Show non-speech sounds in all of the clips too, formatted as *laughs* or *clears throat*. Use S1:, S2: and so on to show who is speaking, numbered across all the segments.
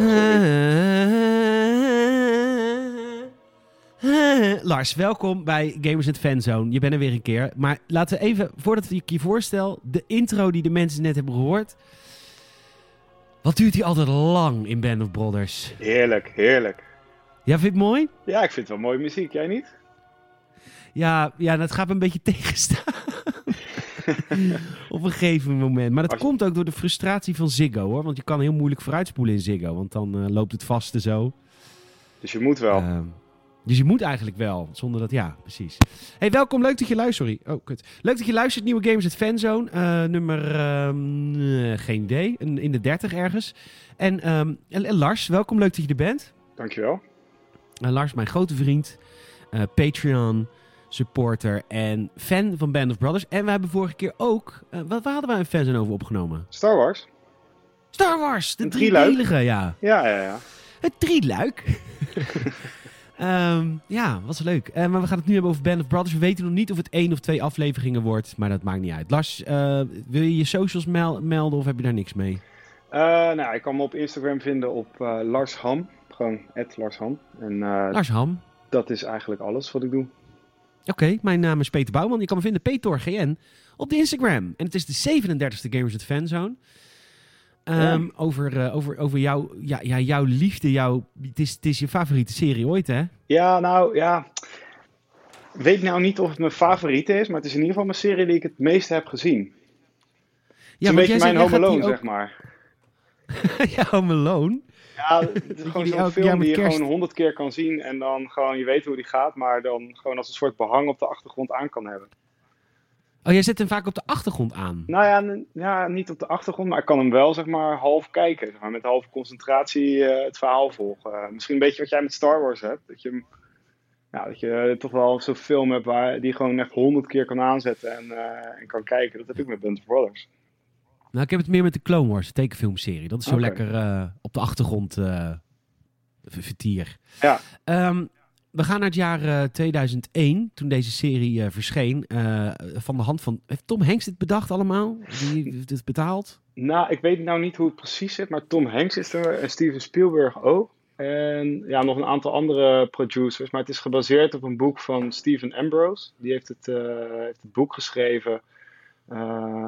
S1: *laughs* Lars, welkom bij Gamers in Fanzone. Je bent er weer een keer. Maar laten we even, voordat ik je voorstel, de intro die de mensen net hebben gehoord. Wat duurt die altijd lang in Band of Brothers?
S2: Heerlijk, heerlijk.
S1: Ja, vind je het mooi?
S2: Ja, ik vind het wel mooie muziek, jij niet?
S1: Ja, ja dat gaat me een beetje *laughs* tegenstaan. Op een gegeven moment. Maar dat
S2: Als je-
S1: komt ook door de frustratie van Ziggo hoor. Want je kan heel moeilijk vooruitspoelen in Ziggo. Want dan eh, loopt het vast en zo.
S2: Dus je moet wel.
S1: Ehm, dus je moet eigenlijk wel, zonder dat... Ja, precies. hey, welkom. Leuk dat je luistert. Sorry. Oh, kut. Leuk dat je luistert. Nieuwe Games at Fanzone. eh, nummer... ehm, eh, geen idee. Een- In de 30 ergens. En, ehm, en- en Lars, welkom. Leuk dat je er bent.
S2: Dankjewel.
S1: Eh, Lars, mijn grote vriend. eh, Patreon supporter en fan van Band of Brothers. En we hebben vorige keer ook... eh, wat, waar hadden wij een fanzone over opgenomen?
S2: Star Wars?
S1: Star Wars! De
S2: Een drieluik.
S1: driedelige, ja.
S2: Ja, ja, ja.
S1: Het
S2: *laughs*
S1: drieluik. Ehm ja, was leuk. Eh, maar we gaan het nu hebben over Band of Brothers. We weten nog niet of het één of twee afleveringen wordt, maar dat maakt niet uit. Lars, eh, wil je je socials mel- melden of heb je daar niks mee?
S2: Eh, nou, ik kan me op Instagram vinden op eh, Lars Ham. Gewoon at Lars Ham. En eh,
S1: Lars Ham.
S2: dat is eigenlijk alles wat ik doe.
S1: Oké, mijn naam is Peter Bouwman. Je kan me vinden, Peter GN, op de Instagram. En het is de 37e Gamers at Fanzone. Ehm, Over, eh, over, over jouw, ja, ja, jouw liefde, jouw, het, is, het is je favoriete serie ooit, hè?
S2: Ja, nou ja. Weet nou niet of het mijn favoriete is, maar het is in ieder geval mijn serie die ik het meeste heb gezien. het is
S1: want
S2: een
S1: jij
S2: beetje
S1: zei,
S2: mijn
S1: jij
S2: Home
S1: gaat die
S2: Alone,
S1: ook-
S2: zeg maar.
S1: *laughs* ja, Home Alone. *laughs*
S2: Ja, het is gewoon
S1: jullie elk
S2: zo'n
S1: jaar
S2: film
S1: met
S2: die je
S1: kerst-
S2: gewoon honderd keer kan zien en dan gewoon, je weet hoe die gaat, maar dan gewoon als een soort behang op de achtergrond aan kan hebben.
S1: Oh, jij zet hem vaak op de achtergrond aan.
S2: Nou ja, n- ja, niet op de achtergrond, maar ik kan hem wel zeg maar half kijken. Zeg maar, met half concentratie eh, het verhaal volgen. Eh, misschien een beetje wat jij met Star Wars hebt. Dat je, hem- ja, dat je eh, toch wel zo'n film hebt waar, die je gewoon echt honderd keer kan aanzetten en, eh, en kan kijken. Dat heb ik met Band of Brothers.
S1: Nou, ik heb het meer met de Clone Wars, de tekenfilmserie. Dat is zo
S2: Oké.
S1: lekker eh, op de achtergrond eh, ver- vertier.
S2: Ja.
S1: Ehm, we gaan naar het jaar eh, 2001, toen deze serie eh, verscheen. eh, van de hand van... Heeft Tom Hanks dit bedacht allemaal? Die heeft dit betaald?
S2: Nou, ik weet nou niet hoe het precies zit, maar Tom Hanks is er en Steven Spielberg ook. En ja, nog een aantal andere producers. Maar het is gebaseerd op een boek van Stephen Ambrose. Die heeft het, eh, heeft het boek geschreven eh,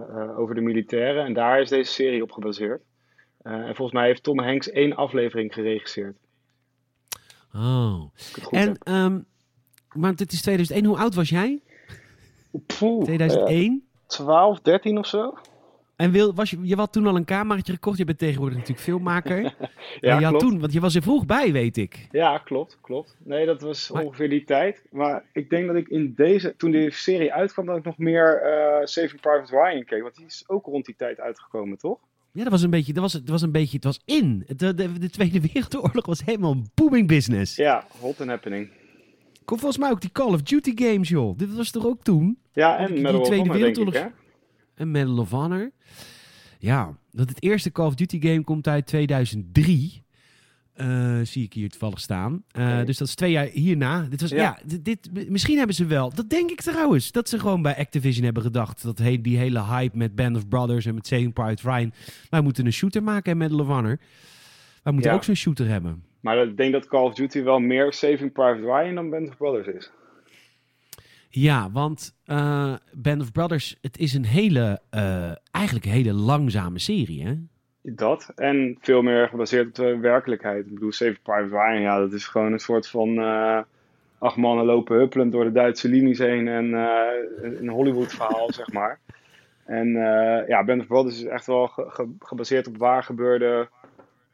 S2: eh, over de militairen. En daar is deze serie op gebaseerd. Eh, en volgens mij heeft Tom Hanks één aflevering geregisseerd.
S1: Oh.
S2: Als ik het goed
S1: En,
S2: heb.
S1: ehm, maar dit is 2001. Hoe oud was jij?
S2: Poeh,
S1: 2001?
S2: 12, 13 Eh, of zo?
S1: En wil, was je, je had toen al een cameraatje gekocht. Je bent tegenwoordig natuurlijk filmmaker.
S2: *laughs* Ja,
S1: en je had
S2: klopt.
S1: toen, want je was er vroeg bij, weet ik.
S2: Ja, klopt, klopt. Nee, dat was
S1: Maar-
S2: ongeveer die tijd. Maar ik denk dat ik in deze, toen die serie uitkwam, dat ik nog meer eh Saving Private Ryan keek. Want die is ook rond die tijd uitgekomen, toch?
S1: Ja, dat was een beetje, dat was, het was een beetje, het was in. De, de, de Tweede Wereldoorlog was helemaal een booming business.
S2: Ja, Hot and Happening.
S1: Kom volgens mij ook die Call of Duty games, joh. Dit was toch ook toen?
S2: Ja,
S1: Want
S2: en
S1: die
S2: Medal of
S1: Tweede
S2: Honor, denk ik, hè?
S1: Wereldoorlog- En Medal of Honor. Ja, dat het eerste Call of Duty game komt uit 2003. eh, zie ik hier toevallig staan. Eh,
S2: Oké.
S1: Dus dat is twee jaar hierna. Dit was, ja.
S2: Ja.
S1: dit, dit- misschien hebben ze wel. Dat denk ik trouwens. Dat ze gewoon bij Activision hebben gedacht. Dat he- die hele hype met Band of Brothers en met Saving Private Ryan. Wij moeten een shooter maken en Medal of Honor. Wij moeten
S2: Ja.
S1: ook zo'n shooter hebben.
S2: Maar ik denk dat Call of Duty wel meer Saving Private Ryan dan Band of Brothers is.
S1: Ja, want eh, Band of Brothers, het is een hele, eh, eigenlijk een hele langzame serie, hè?
S2: Dat. En veel meer gebaseerd op de werkelijkheid. Ik bedoel, Saving Private Ryan, ja, dat is gewoon een soort van... eh acht mannen lopen huppelend door de Duitse linies heen. En eh, een- een Hollywood verhaal, zeg maar. En eh, ja, Band of Brothers is echt wel ge- ge- gebaseerd op waar gebeurde...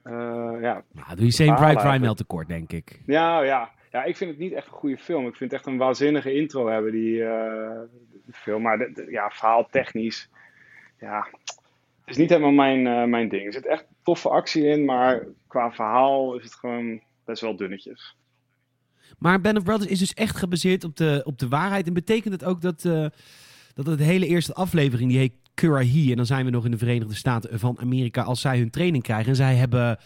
S2: eh, ja.
S1: Nou, doe je Saving
S2: Verhaal
S1: Private Ryan wel
S2: eigenlijk.
S1: tekort, denk ik.
S2: Ja, Nou ja. ja, ik vind het niet echt een goede film. Ik vind het echt een waanzinnige intro hebben, die eh, film. Maar de- de- ja, verhaal technisch... Ja, het is niet helemaal mijn, eh, mijn ding. Er zit echt toffe actie in, maar qua verhaal is het gewoon best wel dunnetjes.
S1: Maar Band of Brothers is dus echt gebaseerd op de, op de waarheid. En betekent het ook dat, eh, dat het hele eerste aflevering, die heet Curahee... en dan zijn we nog in de Verenigde Staten van Amerika... als zij hun training krijgen en zij hebben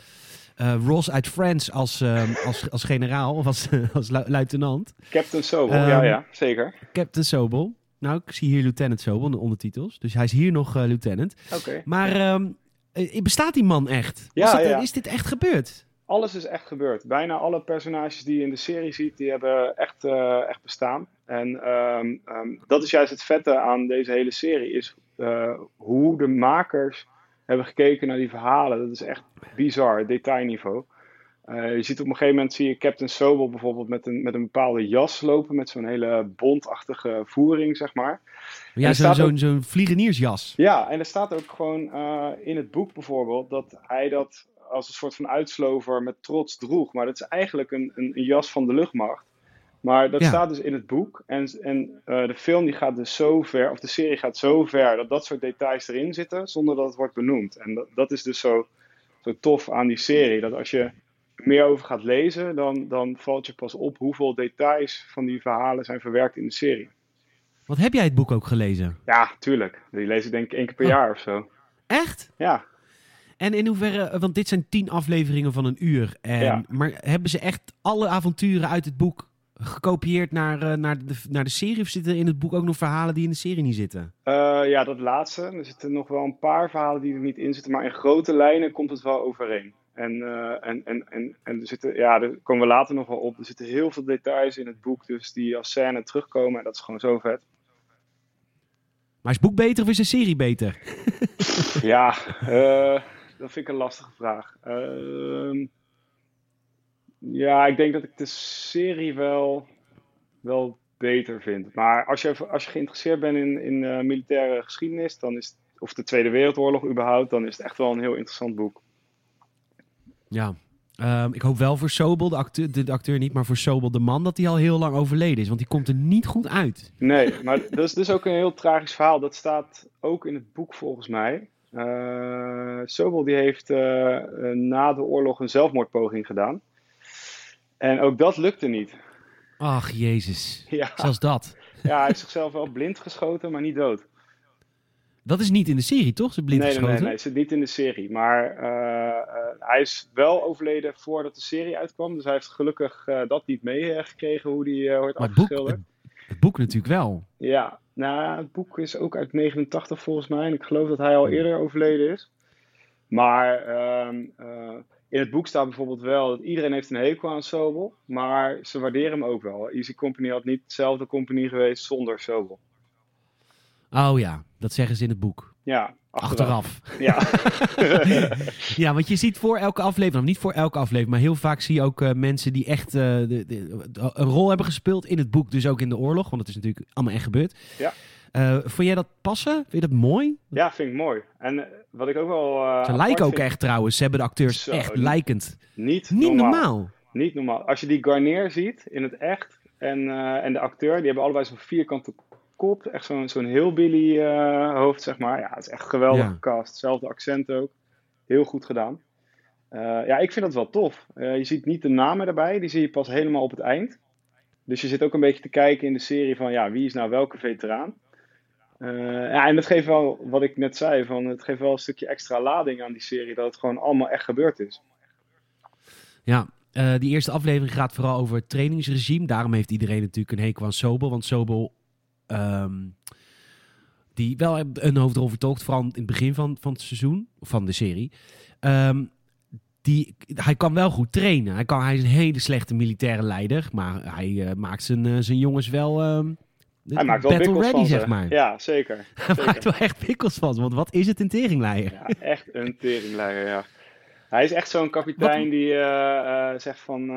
S1: eh, Ross uit Friends als, ehm, als, als generaal... of als, *laughs* als lu- luitenant,
S2: Captain Sobel,
S1: Ehm,
S2: ja, ja, zeker.
S1: Captain Sobel... Nou, ik zie hier Lieutenant Sobel in de ondertitels. Dus hij is hier nog eh, lieutenant.
S2: Oké.
S1: Maar ehm, eh, bestaat die man echt?
S2: Ja,
S1: Was dit-
S2: ja.
S1: Is dit echt gebeurd?
S2: alles is echt gebeurd. Bijna alle personages die je in de serie ziet, die hebben echt, eh, echt bestaan. En ehm, ehm, dat is juist het vette aan deze hele serie, is eh, hoe de makers hebben gekeken naar die verhalen. Dat is echt bizar, detailniveau. Eh, je ziet op een gegeven moment, zie je Captain Sobel bijvoorbeeld met een, met een bepaalde jas lopen, met zo'n hele bontachtige voering, zeg maar.
S1: Ja,
S2: er
S1: zo'n
S2: staat
S1: zo'n
S2: ook-
S1: zo'n vliegeniersjas.
S2: Ja, en er staat ook gewoon eh, in het boek bijvoorbeeld dat hij dat als een soort van uitslover met trots droeg. Maar dat is eigenlijk een, een, een jas van de luchtmacht. Maar dat
S1: Ja.
S2: staat dus in het boek. En, en eh, de film die gaat dus zo ver, of de serie gaat zo ver, dat dat soort details erin zitten zonder dat het wordt benoemd. En dat, dat is dus zo, zo tof aan die serie. Dat als je meer over gaat lezen, dan, dan valt je pas op hoeveel details van die verhalen zijn verwerkt in de serie.
S1: Wat heb jij het boek ook gelezen?
S2: Ja, tuurlijk. Die lees ik denk ik één keer per
S1: Oh.
S2: jaar of zo.
S1: Echt?
S2: Ja.
S1: En in hoeverre, eh, want dit zijn tien afleveringen van een uur. En,
S2: Ja.
S1: Maar hebben ze echt alle avonturen uit het boek gekopieerd naar, eh, naar, de, naar de serie? Of zitten er in het boek ook nog verhalen die in de serie niet zitten?
S2: Eh, ja, dat laatste. Er zitten nog wel een paar verhalen die er niet in zitten, maar in grote lijnen komt het wel overeen. En, eh, en, en, en, en er zitten, ja, daar komen we later nog wel op. Er zitten heel veel details in het boek, dus die als scène terugkomen. En dat is gewoon zo vet.
S1: Maar is het boek beter of is de serie beter?
S2: Ja, eh, dat vind ik een lastige vraag. Ehm, ja, ik denk dat ik de serie wel, wel beter vind. Maar als je, als je geïnteresseerd bent in, in eh, militaire geschiedenis, dan is, het- of de Tweede Wereldoorlog überhaupt, dan is het echt wel een heel interessant boek.
S1: Ja. Ehm, ik hoop wel voor Sobel, de acteur, de, de acteur niet, maar voor Sobel de man, dat hij al heel lang overleden is. Want die komt er niet goed uit.
S2: Nee, maar *laughs* dat is dus ook een heel tragisch verhaal. Dat staat ook in het boek volgens mij. Eh Sobel die heeft eh, eh, na de oorlog een zelfmoordpoging gedaan. En ook dat lukte niet. *laughs*
S1: Ach, jezus.
S2: Ja,
S1: Zelfs dat.
S2: ja hij heeft zichzelf wel blind geschoten, maar niet dood.
S1: Dat is niet in de serie, toch? Ze blind
S2: nee, nee,
S1: geschoten?
S2: nee, nee, zit niet in de serie. Maar eh, eh, hij is wel overleden voordat de serie uitkwam. Dus hij heeft gelukkig eh, dat niet meegekregen hoe die eh, wordt
S1: Maar het boek,
S2: afgeschilderd.
S1: het, het boek natuurlijk wel.
S2: Ja, nou, het boek is ook uit 89 volgens mij. En ik geloof dat
S1: Oh.
S2: hij al eerder overleden is. Maar ehm, eh, in het boek staat bijvoorbeeld wel dat iedereen heeft een hekel aan Sobel. Maar ze waarderen hem ook wel. Easy Company had niet dezelfde compagnie geweest zonder Sobel.
S1: Oh ja, dat zeggen ze in het boek.
S2: Ja, achteraf.
S1: Achteraf.
S2: Ja,
S1: ja, want je ziet voor elke aflevering, of niet voor elke aflevering, maar heel vaak zie je ook eh, mensen die echt eh, de, de- de- een rol hebben gespeeld in het boek, dus ook in de oorlog, want dat is natuurlijk allemaal echt gebeurd.
S2: Ja.
S1: Eh, vond jij dat passen? Vind je dat mooi?
S2: ja, vind ik mooi. En eh, wat ik ook wel. eh,
S1: Ze
S2: apart
S1: lijken ook
S2: vind,
S1: echt trouwens. Ze hebben de acteurs
S2: Zo,
S1: echt
S2: niet-
S1: lijkend.
S2: Niet
S1: Niet normaal.
S2: Niet normaal. Als je die Garnier ziet in het echt en, eh, en de acteur, die hebben allebei zo'n vierkante kop. Echt zo'n zo'n hillbilly eh, hoofd, zeg maar. Ja, het is echt geweldig
S1: Ja.
S2: gecast. Zelfde accent ook. Heel goed gedaan. Eh, ja, ik vind dat wel tof. Eh, je ziet niet de namen erbij, die zie je pas helemaal op het eind. Dus je zit ook een beetje te kijken in de serie van, ja, wie is nou welke veteraan? Eh, ja, en dat geeft wel, wat ik net zei, van, het geeft wel een stukje extra lading aan die serie, dat het gewoon allemaal echt gebeurd is.
S1: Ja, eh, die eerste aflevering gaat vooral over het trainingsregime. Daarom heeft iedereen natuurlijk een hekel aan Sobel. Want Sobel, ehm, die wel een hoofdrol vertolkt, vooral in het begin van, van het seizoen, of van de serie. ehm, die, hij kan wel goed trainen. Hij, kan, hij is een hele slechte militaire leider. Maar hij eh, maakt zijn, eh, zijn jongens wel... ehm,
S2: Hij maakt wel
S1: battle
S2: wikkels
S1: ready,
S2: van
S1: zeg
S2: ze.
S1: maar.
S2: Ja, zeker.
S1: *laughs* hij
S2: zeker.
S1: maakt wel echt pikkels van. ze, Want wat is het een teringleier?
S2: Ja, echt een teringleier, ja. Hij is echt zo'n kapitein die eh, eh, zegt van... eh,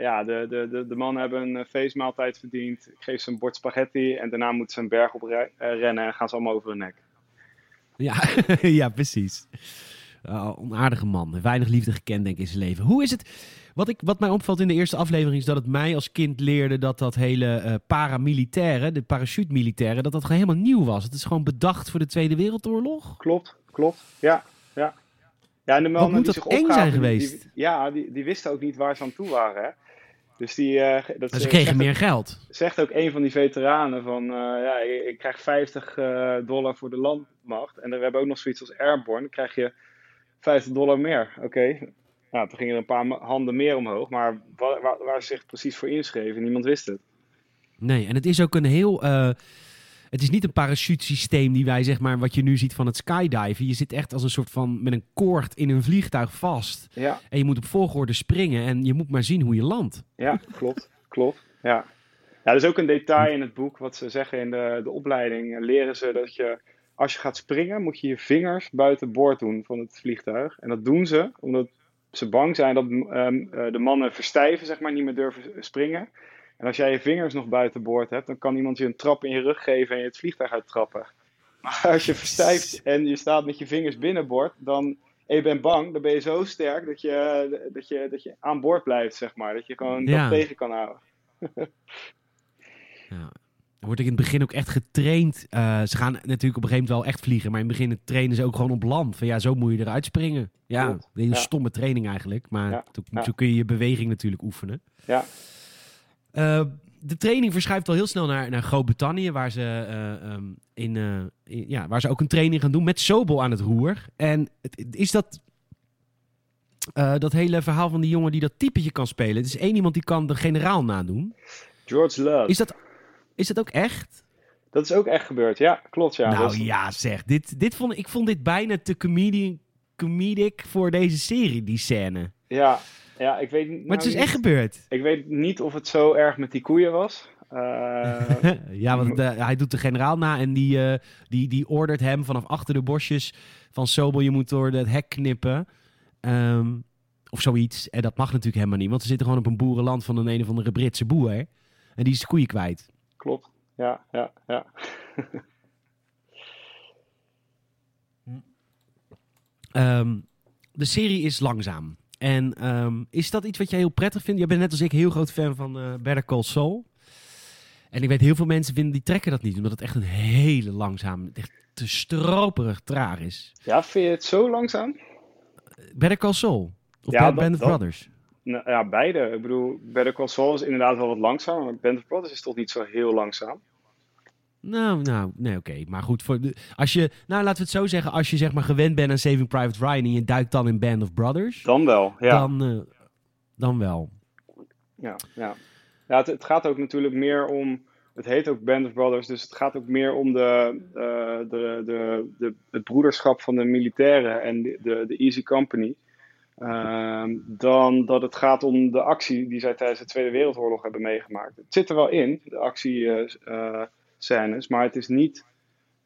S2: ja, de, de, de, de mannen hebben een eh, feestmaaltijd verdiend. Ik geef ze een bord spaghetti en daarna moeten ze een berg op re- eh, rennen... en gaan ze allemaal over hun nek.
S1: Ja, *laughs* ja precies. Eh, onaardige man. Weinig liefde gekend, denk ik, in zijn leven. Hoe is het? Wat, ik, wat mij opvalt in de eerste aflevering is dat het mij als kind leerde dat dat hele eh paramilitaire, de parachutemilitaire, dat dat gewoon helemaal nieuw was. Het is gewoon bedacht voor de Tweede Wereldoorlog.
S2: Klopt, klopt. Ja, ja. Ja, en de mannen
S1: moet
S2: die
S1: dat
S2: zich
S1: eng
S2: opgaven,
S1: zijn
S2: die- die-
S1: geweest?
S2: ja, die, die wisten ook niet waar ze aan toe waren, hè. Dus die... eh, dat
S1: Maar ze
S2: eh,
S1: kregen
S2: zegt
S1: meer geld.
S2: zegt ook een van die veteranen van, eh, ja, ik, ik krijg 50 eh, dollar voor de landmacht. En dan we hebben ook nog zoiets als Airborne, dan krijg je 50 dollar meer. Oké, nou, toen gingen er een paar ma- handen meer omhoog, maar wa- waar, waar ze zich precies voor inschreven, niemand wist het.
S1: Nee, en het is ook een heel. eh, Het is niet een parachutesysteem die wij, zeg maar, wat je nu ziet van het skydiven. Je zit echt als een soort van met een koord in een vliegtuig vast.
S2: Ja,
S1: En je moet op volgorde springen en je moet maar zien hoe je landt.
S2: ja klopt. klopt. Ja. ja, dat is ook een detail in het boek wat ze zeggen in de, de opleiding. eh, Leren ze dat je, als je gaat springen, moet je je vingers buiten boord doen van het vliegtuig. En dat doen ze omdat ze bang zijn dat ehm, eh, de mannen verstijven, zeg maar, niet meer durven springen. En als jij je vingers nog buiten boord hebt, dan kan iemand je een trap in je rug geven en je het vliegtuig uittrappen. Maar als je verstijft en je staat met je vingers binnenboord, dan en je bent bang, dan ben je zo sterk dat je, dat je, dat je aan boord blijft, zeg maar. Dat je gewoon
S1: Ja.
S2: dat tegen kan houden.
S1: Ja. Dan word ik in het begin ook echt getraind. Eh, ze gaan natuurlijk op een gegeven moment wel echt vliegen. Maar in het begin trainen ze ook gewoon op land. Van ja, zo moet je eruit springen. Ja, een
S2: Klopt,
S1: hele
S2: ja.
S1: stomme training eigenlijk. Maar
S2: Ja,
S1: Zo,
S2: ja.
S1: zo kun je je beweging natuurlijk oefenen.
S2: Ja.
S1: Eh, de training verschuift al heel snel naar, naar Groot-Brittannië. Waar, ze, eh, ehm, in, eh, in- ja, waar ze ook een training gaan doen met Sobel aan het roer. En het- het is dat... eh, dat hele verhaal van die jongen die dat typetje kan spelen. Het is één iemand die kan de generaal nadoen.
S2: George Love.
S1: Is dat, is dat ook echt?
S2: Dat is ook echt gebeurd. Ja, klopt. Ja.
S1: nou
S2: Dat is-
S1: ja, zeg. Dit, dit vond, ik vond dit bijna te comedic, comedic voor deze serie, die scène. Maar
S2: ja. Ja, ik weet, nou
S1: het is
S2: niet-
S1: echt
S2: *laughs*
S1: gebeurd.
S2: ik weet niet of het zo erg met die koeien
S1: *laughs*
S2: was. Eh,
S1: ja, want eh, hij doet de generaal na en die, eh, die, die ordert hem vanaf achter de bosjes van Sobel, je moet door dat hek knippen. Ehm, of zoiets. En dat mag natuurlijk helemaal niet, want ze zitten gewoon op een boerenland van een een of andere Britse boer. En die is de koeien kwijt.
S2: klopt. Ja, ja, ja.
S1: Ehm, de serie is langzaam. En ehm, is dat iets wat jij heel prettig vindt? Jij bent net als ik heel groot fan van eh Better Call Saul. En ik weet heel veel mensen vinden die trekken dat niet, omdat het echt een hele langzaam, echt te stroperig traag is.
S2: Ja, vind je het zo langzaam?
S1: Better Call Saul of
S2: Ja,
S1: Bad
S2: dat-
S1: Band of
S2: dat-
S1: Brothers.
S2: Nou, ja, beide. Ik bedoel, Better Call Saul is inderdaad wel wat langzaam, maar Band of Brothers is toch niet zo heel langzaam?
S1: Nou, nou, nee, oké. Maar goed, voor de, als je, nou laten we het zo zeggen, als je zeg maar gewend bent aan Saving Private Ryan en je duikt dan in Band of Brothers,
S2: Dan wel, ja.
S1: dan, eh, dan wel.
S2: Ja, ja. ja het, het gaat ook natuurlijk meer om. Het heet ook Band of Brothers, dus het gaat ook meer om de, eh, de, de, de, het broederschap van de militairen en de, de, de Easy Company. ehm, dan dat het gaat om de actie die zij tijdens de Tweede Wereldoorlog hebben meegemaakt. Het zit er wel in, de actiescènes, maar het is niet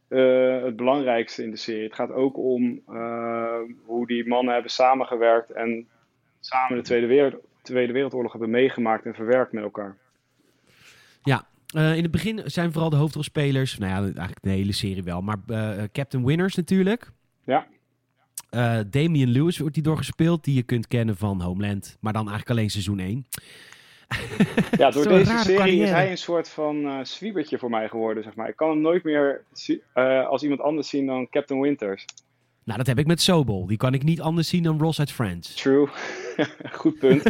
S2: eh, het belangrijkste in de serie. Het gaat ook om eh, hoe die mannen hebben samengewerkt en samen de Tweede, Wereld, Tweede Wereldoorlog hebben meegemaakt en verwerkt met elkaar.
S1: Eh, in het begin zijn vooral de hoofdrolspelers, nou ja, eigenlijk de hele serie wel, maar eh, Captain Winners natuurlijk.
S2: Ja.
S1: Eh, Damian Lewis wordt die doorgespeeld, die je kunt kennen van Homeland, maar dan eigenlijk alleen seizoen 1.
S2: Ja, door
S1: Zo'n
S2: deze
S1: rare
S2: serie is
S1: carrière.
S2: hij een soort van eh zwiebertje voor mij geworden, zeg maar. Ik kan hem nooit meer zie- eh, als iemand anders zien dan Captain Winters.
S1: Nou, dat heb ik met Sobol. Die kan ik niet anders zien dan Ross uit Friends.
S2: True. *laughs* Goed punt.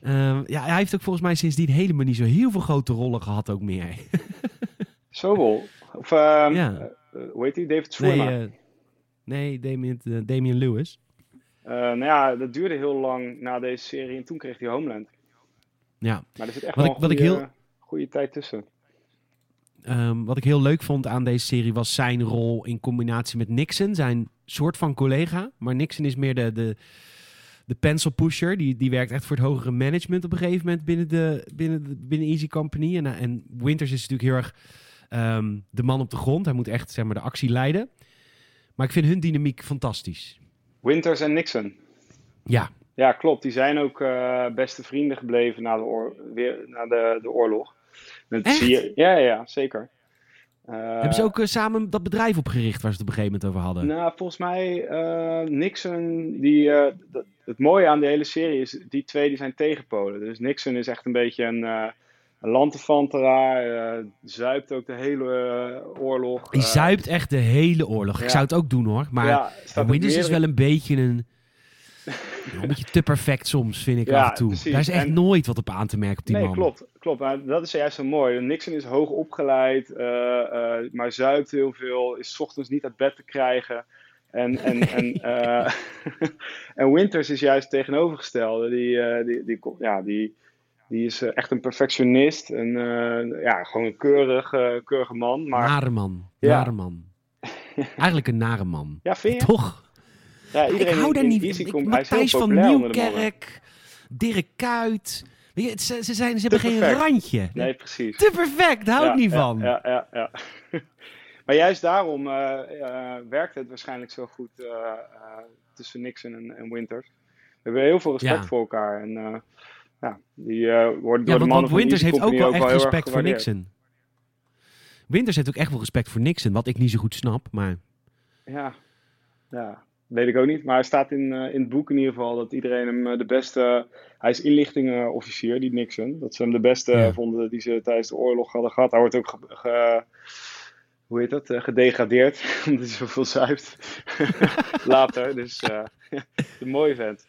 S1: Eh, ja, hij heeft ook volgens mij sindsdien helemaal niet zo heel veel grote rollen gehad ook meer.
S2: Sobol. Of, ehm,
S1: Ja.
S2: eh, hoe heet hij? David
S1: Nee,
S2: Schwimmer.
S1: eh, nee Damian, eh, Damian Lewis.
S2: nou ja, dat duurde heel lang na deze serie en toen kreeg hij Homeland.
S1: Ja.
S2: Maar er zit echt
S1: Wat
S2: wel
S1: ik- wat
S2: een
S1: ik
S2: goede,
S1: heel-
S2: goede tijd tussen.
S1: Ehm, wat ik heel leuk vond aan deze serie was zijn rol in combinatie met Nixon. Zijn soort van collega. Maar Nixon is meer de, de, de pencil pusher. Die, die werkt echt voor het hogere management op een gegeven moment binnen, de, binnen, de, binnen Easy Company. En, eh, en Winters is natuurlijk heel erg ehm, de man op de grond. Hij moet echt zeg maar, de actie leiden. Maar ik vind hun dynamiek fantastisch.
S2: Winters en Nixon.
S1: Ja,
S2: Ja, klopt. Die zijn ook eh, beste vrienden gebleven na de, oor- weer, na de, de oorlog. Dat
S1: Echt?
S2: zie je. Ja, ja, ja, zeker. Eh,
S1: hebben ze ook eh, samen dat bedrijf opgericht waar ze het op een gegeven moment over hadden?
S2: Nou, volgens mij eh, Nixon, die, eh, dat- het mooie aan de hele serie is, die twee die zijn tegen Polen. Dus Nixon is echt een beetje een, eh een landvervanteraar, eh, zuipt ook de hele eh, oorlog.
S1: Die
S2: eh,
S1: zuipt echt de hele oorlog. Ik
S2: ja.
S1: zou het ook doen hoor. Maar
S2: ja, staat
S1: Maar
S2: ook
S1: Winters is
S2: meerdere-
S1: wel een beetje
S2: *laughs*
S1: een. Een beetje te perfect soms, vind ik
S2: Ja,
S1: af en toe.
S2: precies.
S1: Daar is echt
S2: En-
S1: nooit wat op aan te merken op die
S2: nee,
S1: man.
S2: klopt. klopt. Maar dat is juist zo mooi. Nixon is hoog opgeleid, eh, eh, maar zuipt heel veel, is 's ochtends niet uit bed te krijgen. En, en, en, eh, *laughs* en Winters is juist het tegenovergestelde. Die, eh, die, die, ko- ja, die, Die is eh, echt een perfectionist. En, eh, ja, gewoon een keurig, eh, keurige man. Maar
S1: Nare man.
S2: Ja.
S1: Nare man.
S2: *laughs*
S1: Eigenlijk een nare man.
S2: ja, vind je?
S1: Toch?
S2: Ja,
S1: ik hou daar
S2: in
S1: niet
S2: Easy
S1: Ik-
S2: komt- hij is heel
S1: Matthijs van
S2: populair onder de mannen.
S1: Nieuwkerk, Dirk Kuyt. Weet je, het- ze, ze, zijn, ze hebben geen
S2: perfect.
S1: randje.
S2: Nee, precies.
S1: Te perfect, daar hou
S2: Ja,
S1: ik niet
S2: ja,
S1: van.
S2: Ja, ja, ja. *laughs* maar juist daarom eh, eh, werkt het waarschijnlijk zo goed eh, eh, tussen Nixon en, en Winters. We hebben heel veel respect
S1: Ja.
S2: voor elkaar. En eh, ja, die eh wordt
S1: Ja,
S2: door de
S1: want,
S2: mannen
S1: want
S2: van
S1: Winters
S2: Easy
S1: heeft ook
S2: Company
S1: wel echt
S2: heel erg
S1: respect voor
S2: gewaardeerd.
S1: Nixon. Winters heeft ook echt wel respect voor Nixon, wat ik niet zo goed snap. Maar
S2: Ja, ja. Weet ik ook niet, maar hij staat in, eh, in het boek in ieder geval dat iedereen hem eh, de beste. Hij is inlichtingenofficier, die Nixon. Dat ze hem de beste
S1: Ja.
S2: vonden die ze tijdens de oorlog hadden gehad. Hij wordt ook ge, ge- hoe heet dat? eh, gedegradeerd, *laughs* omdat hij zoveel zuipt. *laughs* Later, dus eh *laughs* een mooie vent.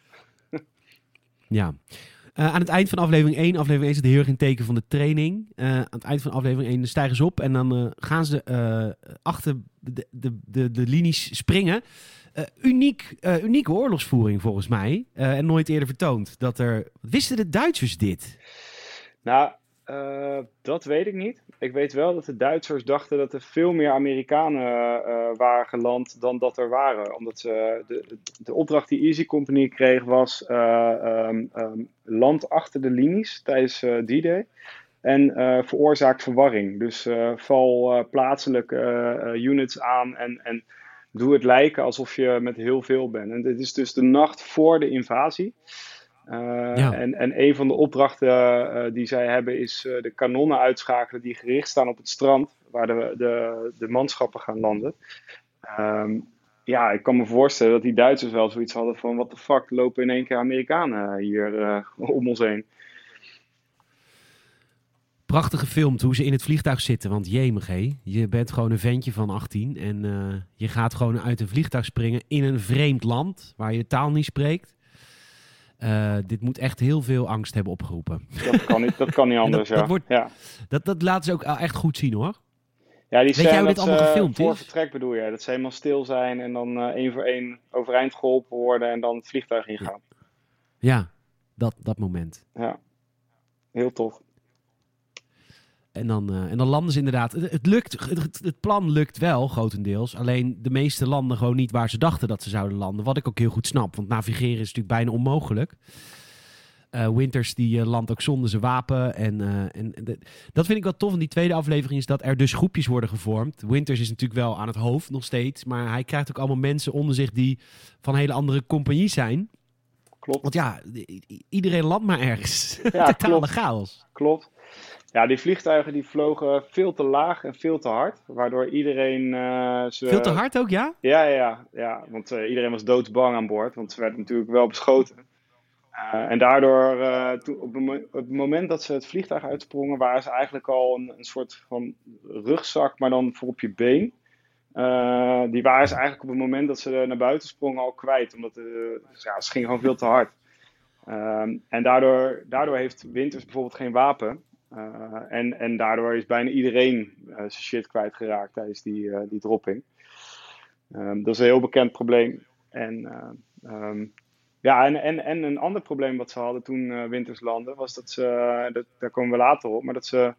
S1: ja. Eh, aan het eind van aflevering 1, aflevering 1 zit heel erg in het teken van de training. Eh, aan het eind van aflevering 1 stijgen ze op en dan eh, gaan ze eh, achter de, de, de, de linies springen. Eh, uniek, eh, unieke oorlogsvoering volgens mij. Eh, en nooit eerder vertoond. Dat er... Wisten de Duitsers dit?
S2: Nou, eh, dat weet ik niet. Ik weet wel dat de Duitsers dachten dat er veel meer Amerikanen eh, waren geland dan dat er waren. Omdat ze, de, de opdracht die Easy Company kreeg was eh, ehm, ehm, land achter de linies tijdens eh, D-Day. En eh, veroorzaakt verwarring. Dus eh, val eh, plaatselijk eh, eh, units aan en, en doe het lijken alsof je met heel veel bent. En dit is dus de nacht voor de invasie. Eh,
S1: Ja.
S2: en, en een van de opdrachten eh, die zij hebben is eh, de kanonnen uitschakelen die gericht staan op het strand waar de, de, de manschappen gaan landen. Ehm, ja, ik kan me voorstellen dat die Duitsers wel zoiets hadden van wat de fuck lopen in één keer Amerikanen hier eh, *laughs* om ons heen.
S1: Prachtig gefilmd hoe ze in het vliegtuig zitten. Want jemig, hé. Je bent gewoon een ventje van 18. En eh, je gaat gewoon uit een vliegtuig springen in een vreemd land. Waar je de taal niet spreekt. Eh, dit moet echt heel veel angst hebben opgeroepen.
S2: Dat kan niet, dat kan niet
S1: dat-
S2: anders,
S1: dat
S2: ja.
S1: wordt-
S2: ja.
S1: Dat, dat laten ze ook eh, echt goed zien, hoor.
S2: Ja,
S1: jij
S2: die scène
S1: hoe
S2: dat
S1: dit allemaal
S2: ze eh,
S1: gefilmd
S2: voor
S1: is?
S2: vertrek bedoel je, dat ze helemaal stil zijn en dan eh, één voor één overeind geholpen worden en dan het vliegtuig ingaan.
S1: Ja, dat, dat moment.
S2: Ja, heel tof.
S1: En dan, eh, en dan landen ze inderdaad. Het, het lukt, het- het, het plan lukt wel, grotendeels. Alleen de meeste landen gewoon niet waar ze dachten dat ze zouden landen. Wat ik ook heel goed snap, want navigeren is natuurlijk bijna onmogelijk. Eh, Winters die eh, landt ook zonder zijn wapen. En, eh, en en de- dat vind ik wel tof in die tweede aflevering, is dat er dus groepjes worden gevormd. Winters is natuurlijk wel aan het hoofd nog steeds. Maar hij krijgt ook allemaal mensen onder zich die van hele andere compagnie zijn.
S2: Klopt.
S1: Want ja, i- i- iedereen landt maar ergens. *laughs*
S2: Ja,
S1: Totale
S2: klopt.
S1: chaos.
S2: Klopt. Ja, die vliegtuigen die vlogen veel te laag en veel te hard, waardoor iedereen eh ze...
S1: Veel te hard ook, ja?
S2: Ja, ja, ja, ja. Want eh, iedereen was doodsbang aan boord, want ze werden natuurlijk wel beschoten. Eh, en daardoor, eh, toen- op, het mo- op het moment dat ze het vliegtuig uitsprongen, waren ze eigenlijk al een, een soort van rugzak, maar dan voor op je been. Eh, die waren ze eigenlijk op het moment dat ze naar buiten sprongen al kwijt, omdat eh, ja, ze gingen gewoon veel te hard. Ehm, en daardoor, daardoor heeft Winters bijvoorbeeld geen wapen. Eh, en, en daardoor is bijna iedereen eh, zijn shit kwijtgeraakt tijdens die, eh die dropping. Ehm, dat is een heel bekend probleem. En, eh, ehm, ja, en, en, en een ander probleem wat ze hadden toen eh Winters landde, was dat ze, eh, dat, daar komen we later op, maar dat ze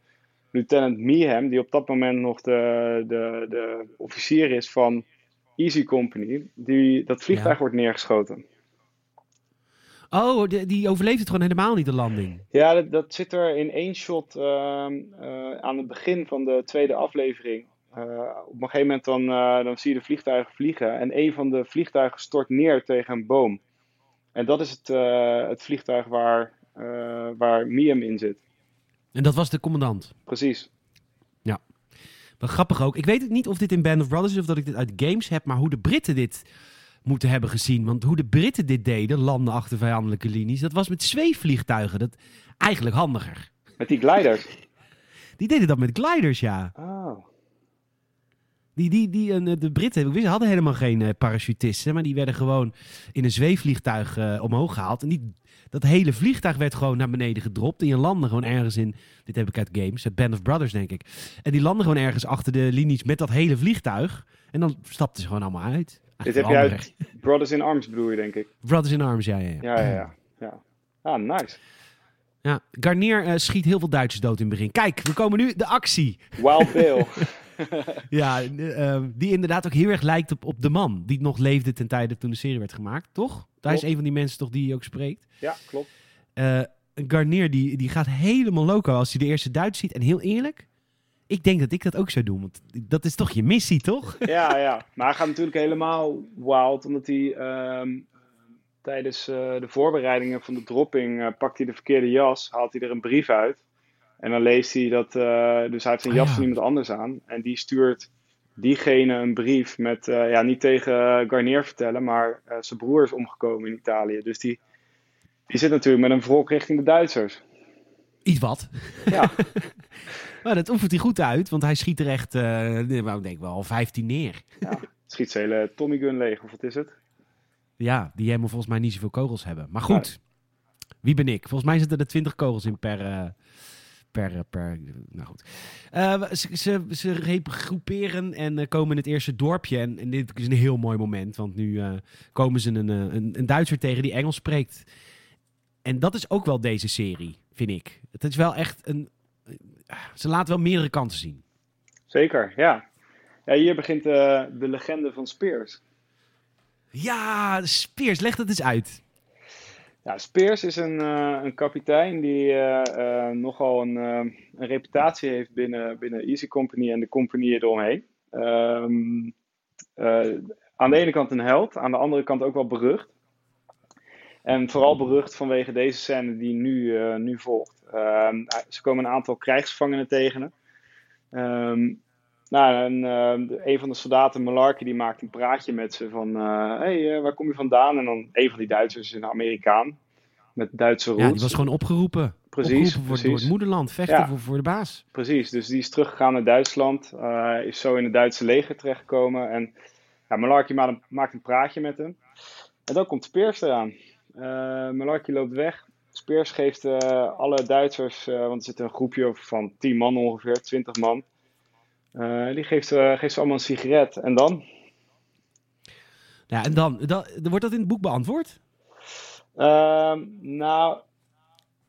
S2: Lieutenant Meehan, die op dat moment nog de, de, de officier is van Easy Company, die, dat vliegtuig
S1: Ja.
S2: wordt neergeschoten.
S1: Oh, de- die overleeft het gewoon helemaal niet, de landing.
S2: Ja, dat, dat zit er in één shot ehm, eh, aan het begin van de tweede aflevering. Eh, op een gegeven moment dan, eh, dan zie je de vliegtuigen vliegen en een van de vliegtuigen stort neer tegen een boom. En dat is het, eh, het vliegtuig waar, eh waar Miam in zit.
S1: En dat was de commandant.
S2: Precies.
S1: Wat grappig ook. Ik weet het niet of dit in Band of Brothers is of dat ik dit uit games heb, maar hoe de Britten dit moeten hebben gezien. Want hoe de Britten dit deden, landen achter vijandelijke linies, dat was met zweefvliegtuigen. Dat eigenlijk handiger.
S2: Met die gliders.
S1: Die deden dat met gliders, ja.
S2: Oh.
S1: Die, die, die, en, eh, de Britten ik wist, hadden helemaal geen eh, parachutisten, maar die werden gewoon in een zweefvliegtuig eh, omhoog gehaald. En die, dat hele vliegtuig werd gewoon naar beneden gedropt. En je landde gewoon ergens in, dit heb ik uit games, het Band of Brothers denk ik. En die landden gewoon ergens achter de linies met dat hele vliegtuig. En dan stapten ze gewoon allemaal uit.
S2: Dit
S1: Eigenlijk
S2: heb je
S1: wel
S2: uit
S1: handig.
S2: Brothers in Arms bedoel je, denk ik.
S1: Brothers in Arms, ja, ja, ja.
S2: Ja, ja, ja. ja. Ah, nice.
S1: Ja, Garnier eh, schiet heel veel Duitsers dood in het begin. Kijk, we komen nu de actie.
S2: Wild Bill.
S1: Ja, eh, eh, die inderdaad ook heel erg lijkt op, op de man die nog leefde ten tijde toen de serie werd gemaakt, toch? Daar is
S2: Klopt.
S1: een van die mensen toch die je ook spreekt.
S2: ja, klopt.
S1: Eh, Garnier die, die gaat helemaal loco als hij de eerste Duits ziet. En heel eerlijk, ik denk dat ik dat ook zou doen, want dat is toch je missie, toch? *laughs*
S2: Ja, ja. Maar hij gaat natuurlijk helemaal wild, omdat hij ehm, tijdens eh, de voorbereidingen van de dropping eh, pakt hij de verkeerde jas, haalt hij er een brief uit. En dan leest hij dat, eh, dus hij heeft een
S1: Ah,
S2: jas
S1: ja.
S2: van iemand anders aan. En die stuurt diegene een brief met, eh, ja, niet tegen eh, Garnier vertellen, maar eh, zijn broer is omgekomen in Italië. Dus die, die zit natuurlijk met een wrok richting de Duitsers.
S1: Iets wat.
S2: Ja.
S1: *laughs* Maar dat oefent hij goed uit, want hij schiet er echt, eh, nou, ik denk wel, 15 neer.
S2: ja. Schiet zijn hele Tommy Gun leeg, of wat is het?
S1: Ja, die helemaal volgens mij niet zoveel kogels hebben. Maar goed, wie ben ik? Volgens mij zitten er 20 kogels in per. eh, per, eh, per nou goed. Eh, we- ze, ze, ze regroeperen en eh, komen in het eerste dorpje. En, en dit is een heel mooi moment, want nu eh, komen ze een, eh, een, een Duitser tegen die Engels spreekt. En dat is ook wel deze serie, vind ik. Het is wel echt een. eh, Ze laat wel meerdere kanten zien.
S2: Zeker, ja. ja hier begint eh, de legende van Spears.
S1: Ja, Spears, leg dat eens uit.
S2: Ja, Spears is een, eh, een kapitein die eh, eh, nogal een, eh, een reputatie heeft binnen, binnen Easy Company en de compagnieën eromheen. Ehm, eh, aan de ene kant een held, aan de andere kant ook wel berucht. En vooral berucht vanwege deze scène die nu, eh, nu volgt. Ehm, hij- ze komen een aantal krijgsgevangenen tegen. hem. Ehm, nou, en, ehm, de- een van de soldaten, Malarkey, die maakt een praatje met ze van... eh, hey, eh, waar kom je vandaan? En dan een van die Duitsers is een Amerikaan met Duitse roots.
S1: Ja, die was gewoon opgeroepen.
S2: Precies,
S1: opgeroepen voor, door
S2: precies.
S1: het moederland, vechten
S2: Ja.
S1: voor, voor de baas.
S2: Precies, dus die is teruggegaan naar Duitsland, eh, is zo in het Duitse leger terechtgekomen. En ja, Malarkey ma- maakt een praatje met hem. En dan komt Speers eraan. Eh Malarkey loopt weg. Speers geeft eh, alle Duitsers, eh, want er zit een groepje of van 10 man ongeveer, 20 man. Eh, die geeft, eh, geeft ze allemaal een sigaret. En dan?
S1: Ja, en dan, dan wordt dat in het boek beantwoord?
S2: Ehm, nou,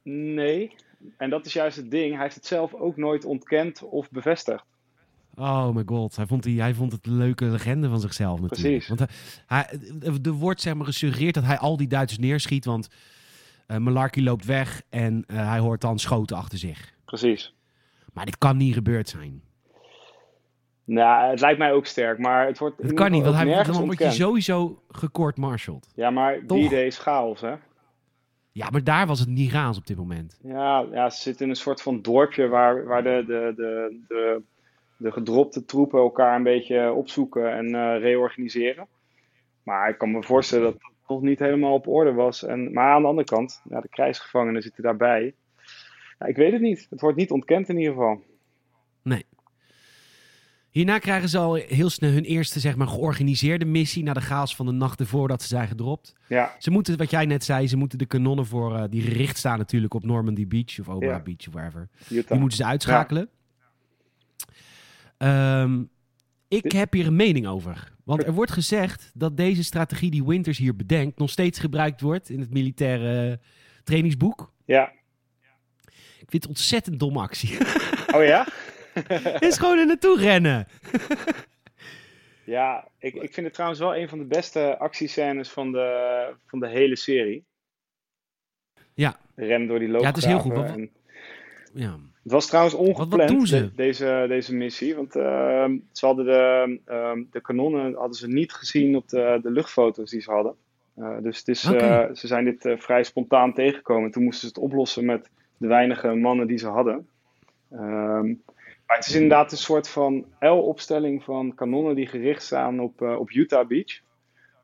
S2: nee. En dat is juist het ding. Hij heeft het zelf ook nooit ontkend of bevestigd.
S1: Oh my god, hij vond, die, hij vond het een leuke legende van zichzelf natuurlijk.
S2: Precies.
S1: Want hij, hij, er wordt zeg maar gesuggereerd dat hij al die Duitsers neerschiet, want eh Malarkey loopt weg en eh, hij hoort dan schoten achter zich.
S2: Precies.
S1: Maar dit kan niet gebeurd zijn.
S2: Nou, het lijkt mij ook sterk, maar het wordt in
S1: Dat
S2: ieder
S1: kan niet,
S2: geval
S1: want hij,
S2: ook
S1: dan
S2: nergens
S1: wordt je
S2: ontkend.
S1: sowieso gekort marshalled.
S2: Ja, maar
S1: Toch?
S2: die idee is chaos, hè?
S1: Ja, maar daar was het niet raas op dit moment.
S2: Ja, ja, ze zitten in een soort van dorpje waar, waar de, de, de, de, de gedropte troepen elkaar een beetje opzoeken en eh, reorganiseren. Maar ik kan me voorstellen dat dat nog niet helemaal op orde was. En, maar aan de andere kant, ja, de krijgsgevangenen zitten daarbij. Ja, ik weet het niet. Het wordt niet ontkend in ieder geval.
S1: Hierna krijgen ze al heel snel hun eerste zeg maar, georganiseerde missie na de chaos van de nacht ervoor dat ze zijn gedropt.
S2: Ja,
S1: Ze moeten, wat jij net zei, ze moeten de kanonnen voor eh, die gericht staan natuurlijk op Normandy Beach of Omaha
S2: Ja.
S1: Beach of wherever. Die
S2: Utah.
S1: moeten ze uitschakelen. Ehm, ik heb hier een mening over. Want er wordt gezegd dat deze strategie die Winters hier bedenkt nog steeds gebruikt wordt in het militaire eh, trainingsboek.
S2: Ja.
S1: Ik vind het ontzettend domme actie. *laughs*
S2: Oh ja?
S1: Het is gewoon er naartoe rennen.
S2: Ja, ik, ik vind het trouwens wel een van de beste actiescènes van de, van de hele serie.
S1: Ja.
S2: Ren door die
S1: Ja, het is heel goed,
S2: loopgraven
S1: want-
S2: en-
S1: Ja.
S2: Het was trouwens
S1: wat
S2: ongepland,
S1: doen ze?
S2: de- deze, deze missie. Want ehm, ze hadden de, ehm, de kanonnen hadden ze niet gezien op de, de luchtfoto's die ze hadden. Eh, dus het is,
S1: Oké.
S2: eh, ze zijn dit eh, vrij spontaan tegengekomen. Toen moesten ze het oplossen met de weinige mannen die ze hadden. Ehm, maar het is inderdaad een soort van L-opstelling van kanonnen die gericht staan op, eh, op Utah Beach.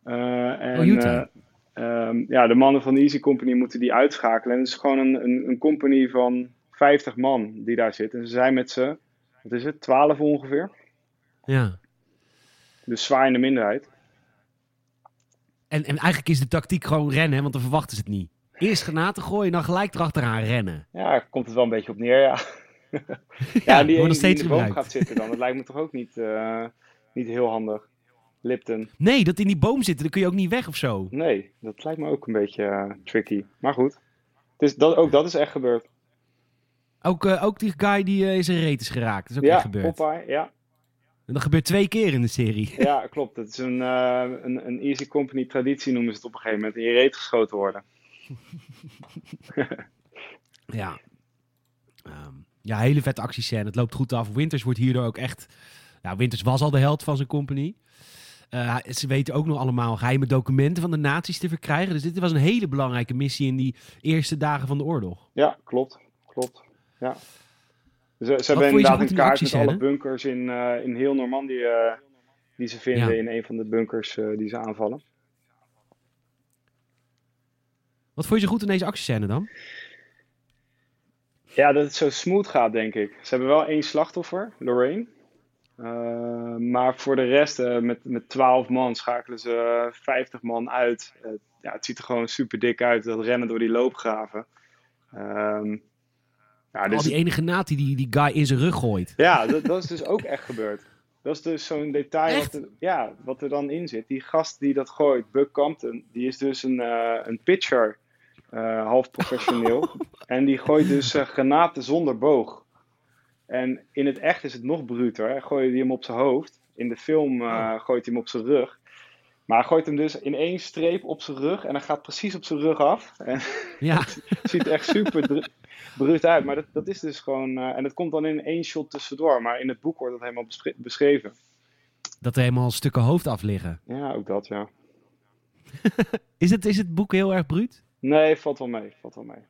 S2: Eh, en,
S1: Oh, Utah.
S2: eh, ehm, ja, de mannen van de Easy Company moeten die uitschakelen. En het is gewoon een, een, een company van 50 man die daar zit. En ze zijn met z'n, wat is het, 12 ongeveer.
S1: ja.
S2: Dus zwaar in de minderheid.
S1: En, en eigenlijk is de tactiek gewoon rennen, want dan verwachten ze het niet. Eerst granaten gooien, dan gelijk erachteraan rennen.
S2: Ja, daar komt het wel een beetje op neer,
S1: *laughs*
S2: ja. ja,
S1: wordt
S2: die
S1: nog
S2: ene die in
S1: steeds
S2: de boom
S1: gebruikt.
S2: gaat zitten dan. Dat lijkt me toch ook niet, eh, niet heel handig. Lipton.
S1: Nee, dat in die boom zitten, dan kun je ook niet weg of zo.
S2: Nee, dat lijkt me ook een beetje eh, tricky. Maar goed, het is, dat, ook dat is echt gebeurd.
S1: Ook, eh, ook die guy die eh, in zijn reet is geraakt. Dat is ook
S2: ja,
S1: echt gebeurd.
S2: Popeye, ja.
S1: En dat gebeurt twee keer in de serie.
S2: Ja, klopt. Het is een, eh, een, een easy company traditie noemen ze het op een gegeven moment. In je reet geschoten worden.
S1: Ja. Ehm, ja, hele vette actiescène. Het loopt goed af. Winters wordt hierdoor ook echt... Nou, Winters was al de held van zijn compagnie. Eh, ze weten ook nog allemaal geheime documenten van de nazi's te verkrijgen. Dus dit was een hele belangrijke missie in die eerste dagen van de oorlog.
S2: Ja, klopt. Klopt. Ja. Ze, ze
S1: vond je
S2: hebben
S1: zo
S2: inderdaad
S1: goed
S2: een
S1: in die
S2: kaart met
S1: actiescène?
S2: alle bunkers in, eh, in heel Normandië eh, die ze vinden
S1: Ja.
S2: in een van de bunkers eh, die ze aanvallen.
S1: Wat vond je zo goed in deze actiescène dan?
S2: Ja, dat het zo smooth gaat, denk ik. Ze hebben wel één slachtoffer, Lorraine. Eh, maar voor de rest, eh, met, met 12 man schakelen ze eh, 50 man uit. Eh, ja, het ziet er gewoon super dik uit, dat rennen door die loopgraven. Ehm, ja,
S1: Al
S2: dus-
S1: die enige naad die, die die guy in zijn rug gooit.
S2: ja dat, dat is dus ook echt gebeurd. Dat is dus zo'n detail
S1: Echt?
S2: wat er, ja, wat er dan in zit. Die gast die dat gooit, Buck Compton, die is dus een, eh, een pitcher, eh, half professioneel. en die gooit dus eh, granaten zonder boog. En in het echt is het nog bruter. Hè? Gooi je hem op zijn hoofd. In de film eh, gooit hij hem op zijn rug. Maar hij gooit hem dus in één streep op zijn rug. En hij gaat precies op zijn rug af. En
S1: Ja,
S2: ziet er echt super dru- bruut uit. Maar dat, dat is dus gewoon. eh, en dat komt dan in één shot tussendoor. Maar in het boek wordt dat helemaal beschre- beschreven.
S1: dat er helemaal stukken hoofd af liggen.
S2: Ja, ook dat, ja.
S1: Is het, is het boek heel erg bruut?
S2: Nee, valt wel mee. Valt wel mee.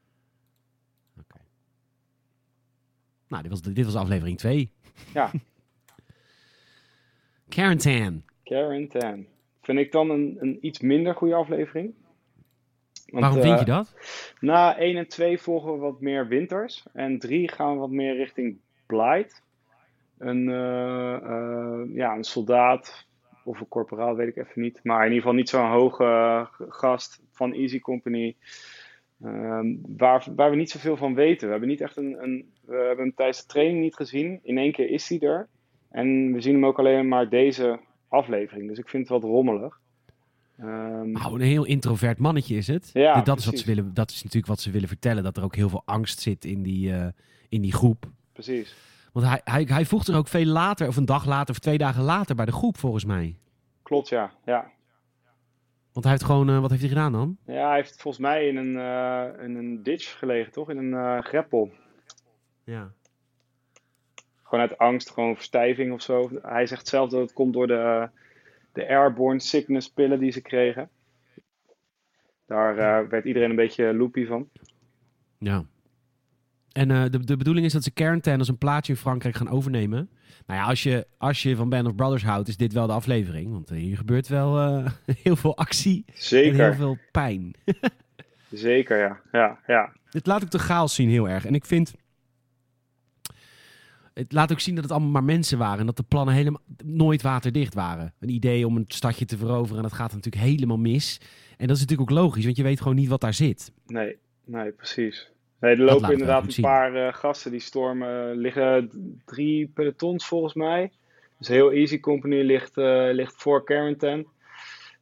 S1: Nou, dit was, dit was aflevering 2.
S2: Ja.
S1: *laughs* Quarantine.
S2: Karen Tan. Vind ik dan een, een iets minder goede aflevering. Want,
S1: Waarom vind je
S2: eh,
S1: dat?
S2: Na 1 en 2 volgen we wat meer winters. En 3 gaan we wat meer richting Blight. Een, eh, eh, ja, een soldaat of een corporaal, weet ik even niet. Maar in ieder geval niet zo'n hoge eh, g- gast van Easy Company. Ehm, waar, waar we niet zoveel van weten. We hebben, niet echt een, een, we hebben hem tijdens de training niet gezien. In één keer is hij er. En we zien hem ook alleen maar deze aflevering. Dus ik vind het wat rommelig. Ehm,
S1: Nou, een heel introvert mannetje is het.
S2: Ja,
S1: dat, is wat ze
S2: precies.
S1: willen, dat is natuurlijk wat ze willen vertellen. Dat er ook heel veel angst zit in die, eh, in die groep.
S2: precies.
S1: Want hij, hij, hij voegt er ook veel later, of een dag later, of twee dagen later bij de groep, volgens mij.
S2: Klopt, ja. ja.
S1: Want hij heeft gewoon, eh, wat heeft hij gedaan dan?
S2: Ja, hij heeft volgens mij in een, eh, in een ditch gelegen, toch? In een eh, greppel.
S1: Ja.
S2: Gewoon uit angst, gewoon verstijving of zo. Hij zegt zelf dat het komt door de, eh, de airborne sickness pillen die ze kregen. Daar eh, werd iedereen een beetje loopy van.
S1: ja. En eh, de, de bedoeling is dat ze Quarantaine als een plaatje in Frankrijk gaan overnemen. Nou ja, als je, als je van Band of Brothers houdt, is dit wel de aflevering. Want eh, hier gebeurt wel eh, *laughs* heel veel actie en heel
S2: Zeker,
S1: veel pijn.
S2: zeker ja. Ja, ja.
S1: Het laat ook de chaos zien heel erg. En ik vind... Het laat ook zien dat het allemaal maar mensen waren. En dat de plannen helemaal nooit waterdicht waren. Een idee om een stadje te veroveren. En dat gaat natuurlijk helemaal mis. En dat is natuurlijk ook logisch. Want je weet gewoon niet wat daar zit.
S2: Nee, nee, precies. Nee, er
S1: laat
S2: lopen
S1: het wel
S2: inderdaad
S1: goed
S2: een paar eh, gasten die stormen. Er liggen d- drie pelotons volgens mij. Dus heel Easy Company ligt, eh, ligt voor Carrington.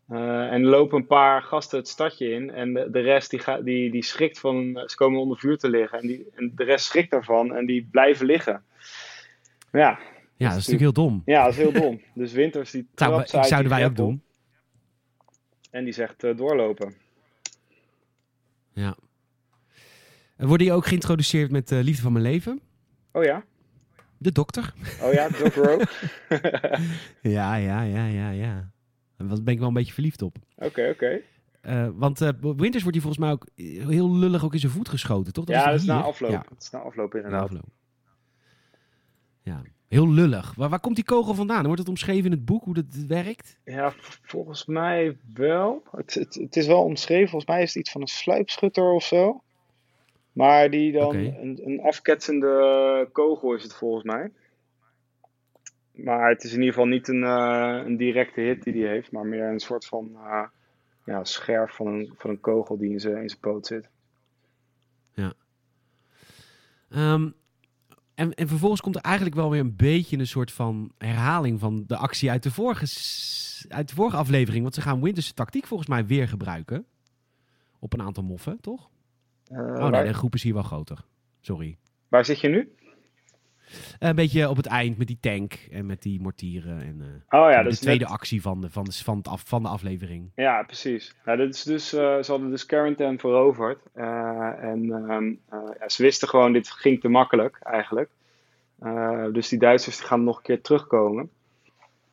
S2: Eh, en er lopen een paar gasten het stadje in. En de, de rest die, ga, die, die schrikt van. eh, Ze komen onder vuur te liggen. En, die, en de rest schrikt daarvan. En die blijven liggen. Maar Ja,
S1: Ja, dat is natuurlijk heel dom.
S2: ja dat is heel
S1: *laughs*
S2: dom. Dus Winters die
S1: Zou-
S2: trapt ze uit
S1: zouden
S2: die
S1: wij ook
S2: greppel
S1: doen.
S2: En die zegt eh, doorlopen.
S1: Ja. We worden hier ook geïntroduceerd met eh, Liefde van mijn leven.
S2: Oh ja,
S1: De dokter.
S2: oh ja, Doc
S1: *laughs*
S2: Rowe.
S1: Ja, ja, ja, ja, ja. Daar ben ik wel een beetje verliefd op.
S2: Oké, oké.
S1: Eh, want eh, Winters wordt hier volgens mij ook eh, heel lullig ook in zijn voet geschoten, toch?
S2: ja,
S1: toch
S2: dat is na
S1: hier?
S2: afloop.
S1: Ja.
S2: Dat is na afloop
S1: Ja,
S2: inderdaad.
S1: afloop. Ja, heel lullig. Waar, waar komt die kogel vandaan? Wordt het omschreven in het boek hoe dat werkt?
S2: Ja, v- volgens mij wel. Het, het, het is wel omschreven. Volgens mij is het iets van een sluipschutter of zo. Maar die dan
S1: Oké.
S2: een, een afketsende kogel is het volgens mij. Maar het is in ieder geval niet een, eh, een directe hit die hij heeft, maar meer een soort van eh, ja, scherf van een, van een kogel die in zijn in zijn poot zit.
S1: Ehm, en, en vervolgens komt er eigenlijk wel weer een beetje een soort van herhaling van de actie uit de vorige, s- uit de vorige aflevering. Want ze gaan Winters' tactiek volgens mij weer gebruiken. Op een aantal moffen, toch? oh nee,
S2: Eh, waar,
S1: de groep is hier wel groter. Sorry. Eh,
S2: waar zit je nu?
S1: Een beetje op het eind met die tank en met die mortieren. En, eh,
S2: Oh ja,
S1: de
S2: dat is
S1: tweede
S2: net,
S1: actie van de, van, de, van, het af, van de aflevering.
S2: ja precies. Ja, dat is dus, eh, ze hadden dus Carentan veroverd. Eh, en ehm, eh, ja, ze wisten gewoon, dit ging te makkelijk eigenlijk. Eh, dus die Duitsers die gaan nog een keer terugkomen.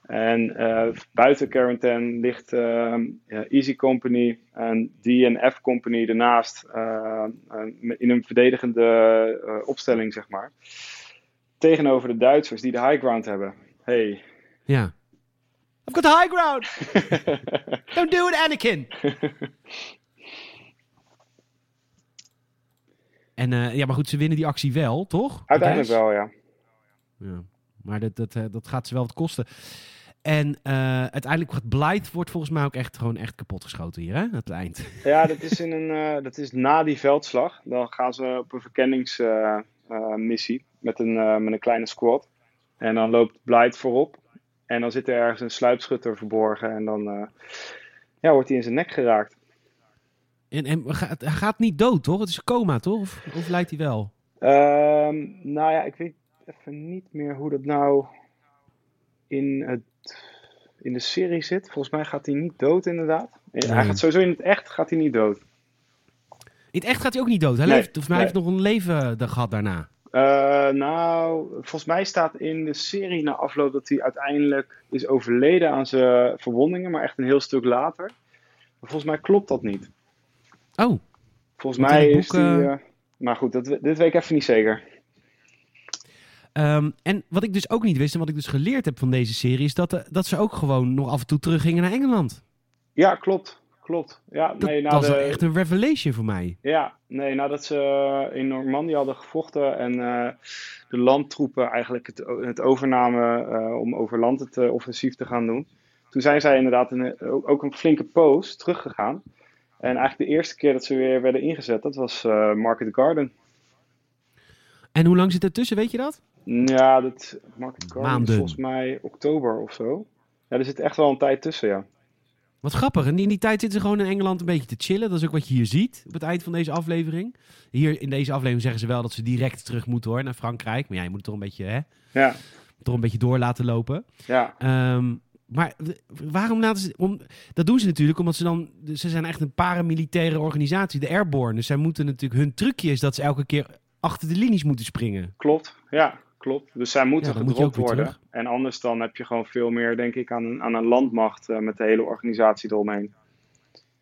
S2: En eh, buiten Carentan ligt ehm, ja, Easy Company en D&F Company ernaast. eh, eh, in een verdedigende eh, opstelling, zeg maar. Tegenover de Duitsers die de high ground hebben. Hey.
S1: Ja. I've got the high ground! Don't do it, Anakin! *laughs* en eh, ja, maar goed, ze winnen die actie wel, toch?
S2: Uiteindelijk
S1: De
S2: wel, ja.
S1: Duits? Ja. Maar dat, dat, eh, dat gaat ze wel wat kosten. En eh, uiteindelijk wordt Blythe wordt volgens mij ook echt, gewoon echt kapotgeschoten hier, hè? Aan het eind.
S2: Ja, dat is, in een, eh, dat is na die veldslag. Dan gaan ze op een verkenningsmissie met, een, eh, met een kleine squad. En dan loopt Blight voorop. En dan zit er ergens een sluipschutter verborgen. En dan eh, ja, wordt hij in zijn nek geraakt.
S1: En, en ga- hij gaat niet dood, toch? Het is een coma, toch? Of, of lijkt hij wel?
S2: Ehm, nou ja, ik weet even niet meer hoe dat nou in, het, in de serie zit. Volgens mij gaat hij niet dood, inderdaad. Hij
S1: Nee.
S2: gaat sowieso in het echt gaat hij niet dood.
S1: In het echt gaat hij ook niet dood. Hij
S2: Nee,
S1: leeft, volgens mij
S2: nee.
S1: heeft nog een leven eh, gehad daarna.
S2: Eh, nou, volgens mij staat in de serie na afloop dat hij uiteindelijk is overleden aan zijn verwondingen, maar echt een heel stuk later. Maar volgens mij klopt dat niet.
S1: Oh, Want
S2: Volgens
S1: in
S2: mij
S1: het
S2: is
S1: boek,
S2: hij.
S1: eh,
S2: eh, maar goed, dat, we- dit weet ik even niet zeker.
S1: ehm, en wat ik dus ook niet wist en wat ik dus geleerd heb van deze serie... is dat, eh, dat ze ook gewoon nog af en toe teruggingen naar Engeland.
S2: Ja, klopt. Klopt. Ja,
S1: Dat
S2: nee, na
S1: was
S2: de,
S1: wel echt een revelation voor mij.
S2: Ja, nee, nadat ze eh, in Normandië hadden gevochten en eh, de landtroepen eigenlijk het, o- het overnamen eh, om over land het eh, offensief te gaan doen. Toen zijn zij inderdaad een, ook ook een flinke poos teruggegaan. En eigenlijk de eerste keer dat ze weer werden ingezet, dat was eh, Market Garden.
S1: En hoe lang zit er tussen, weet je dat?
S2: Ja, dat, Market Garden
S1: Maanden.
S2: is volgens mij oktober of zo. Ja, er zit echt wel een tijd tussen, ja.
S1: Wat grappig. En in die tijd zitten ze gewoon in Engeland een beetje te chillen. Dat is ook wat je hier ziet op het eind van deze aflevering. Hier in deze aflevering zeggen ze wel dat ze direct terug moeten hoor, naar Frankrijk. Maar ja, je moet het toch een beetje, hè,
S2: Ja,
S1: toch een beetje door laten lopen.
S2: ja.
S1: Ehm, maar w- waarom laten ze... Om, dat doen ze natuurlijk omdat ze dan... Ze zijn echt een paramilitaire organisatie, de Airborne. Dus zij moeten natuurlijk... Hun trucje is dat ze elke keer achter de linies moeten springen.
S2: Klopt, ja, klopt. Dus zij moeten
S1: Ja, dan moet je
S2: gedropt
S1: ook weer
S2: worden.
S1: terug.
S2: En anders dan heb je gewoon veel meer, denk ik, aan een, aan een landmacht eh, met de hele organisatie eromheen.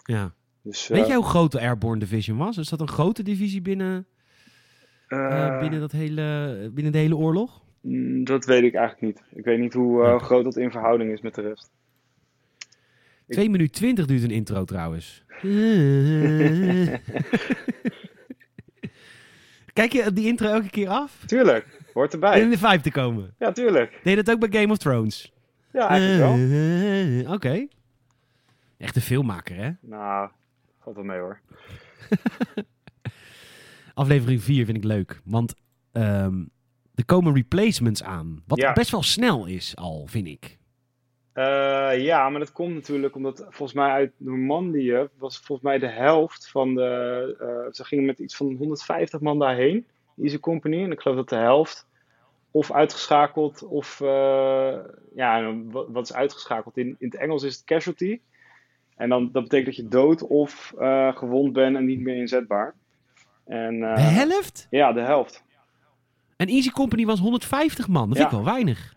S1: Ja.
S2: Dus,
S1: Weet
S2: eh,
S1: jij hoe groot de Airborne Division was? Is dat een grote divisie binnen, eh,
S2: eh,
S1: binnen, dat hele, binnen de hele oorlog?
S2: mm, Dat weet ik eigenlijk niet. Ik weet niet hoe eh,
S1: Nee.
S2: groot dat in verhouding is met de rest.
S1: 2 minuut 20 duurt een intro trouwens.
S2: *laughs*
S1: Kijk je die intro elke keer af?
S2: Tuurlijk, hoort
S1: Om in
S2: erbij.
S1: de vibe te komen.
S2: Ja, tuurlijk.
S1: Deed dat ook bij Game of Thrones?
S2: Ja, eigenlijk wel.
S1: Eh, Oké. Echt een filmmaker, hè?
S2: Nou, valt wel mee hoor.
S1: Aflevering 4 vind ik leuk. Want ehm, er komen replacements aan. Wat
S2: Ja.
S1: best wel snel is al, vind ik.
S2: Eh, ja, maar dat komt natuurlijk omdat volgens mij uit Normandië was volgens mij de helft van de. eh, ze gingen met iets van 150 man daarheen, Easy Company. En ik geloof dat de helft of uitgeschakeld of. eh, ja, en wat, wat is uitgeschakeld? In, in het Engels is het casualty. En dan, dat betekent dat je dood of eh, gewond bent en niet meer inzetbaar. En, eh,
S1: De helft?
S2: Ja, de helft.
S1: En Easy Company was 150 man. Dat vind
S2: Ja.
S1: ik wel weinig.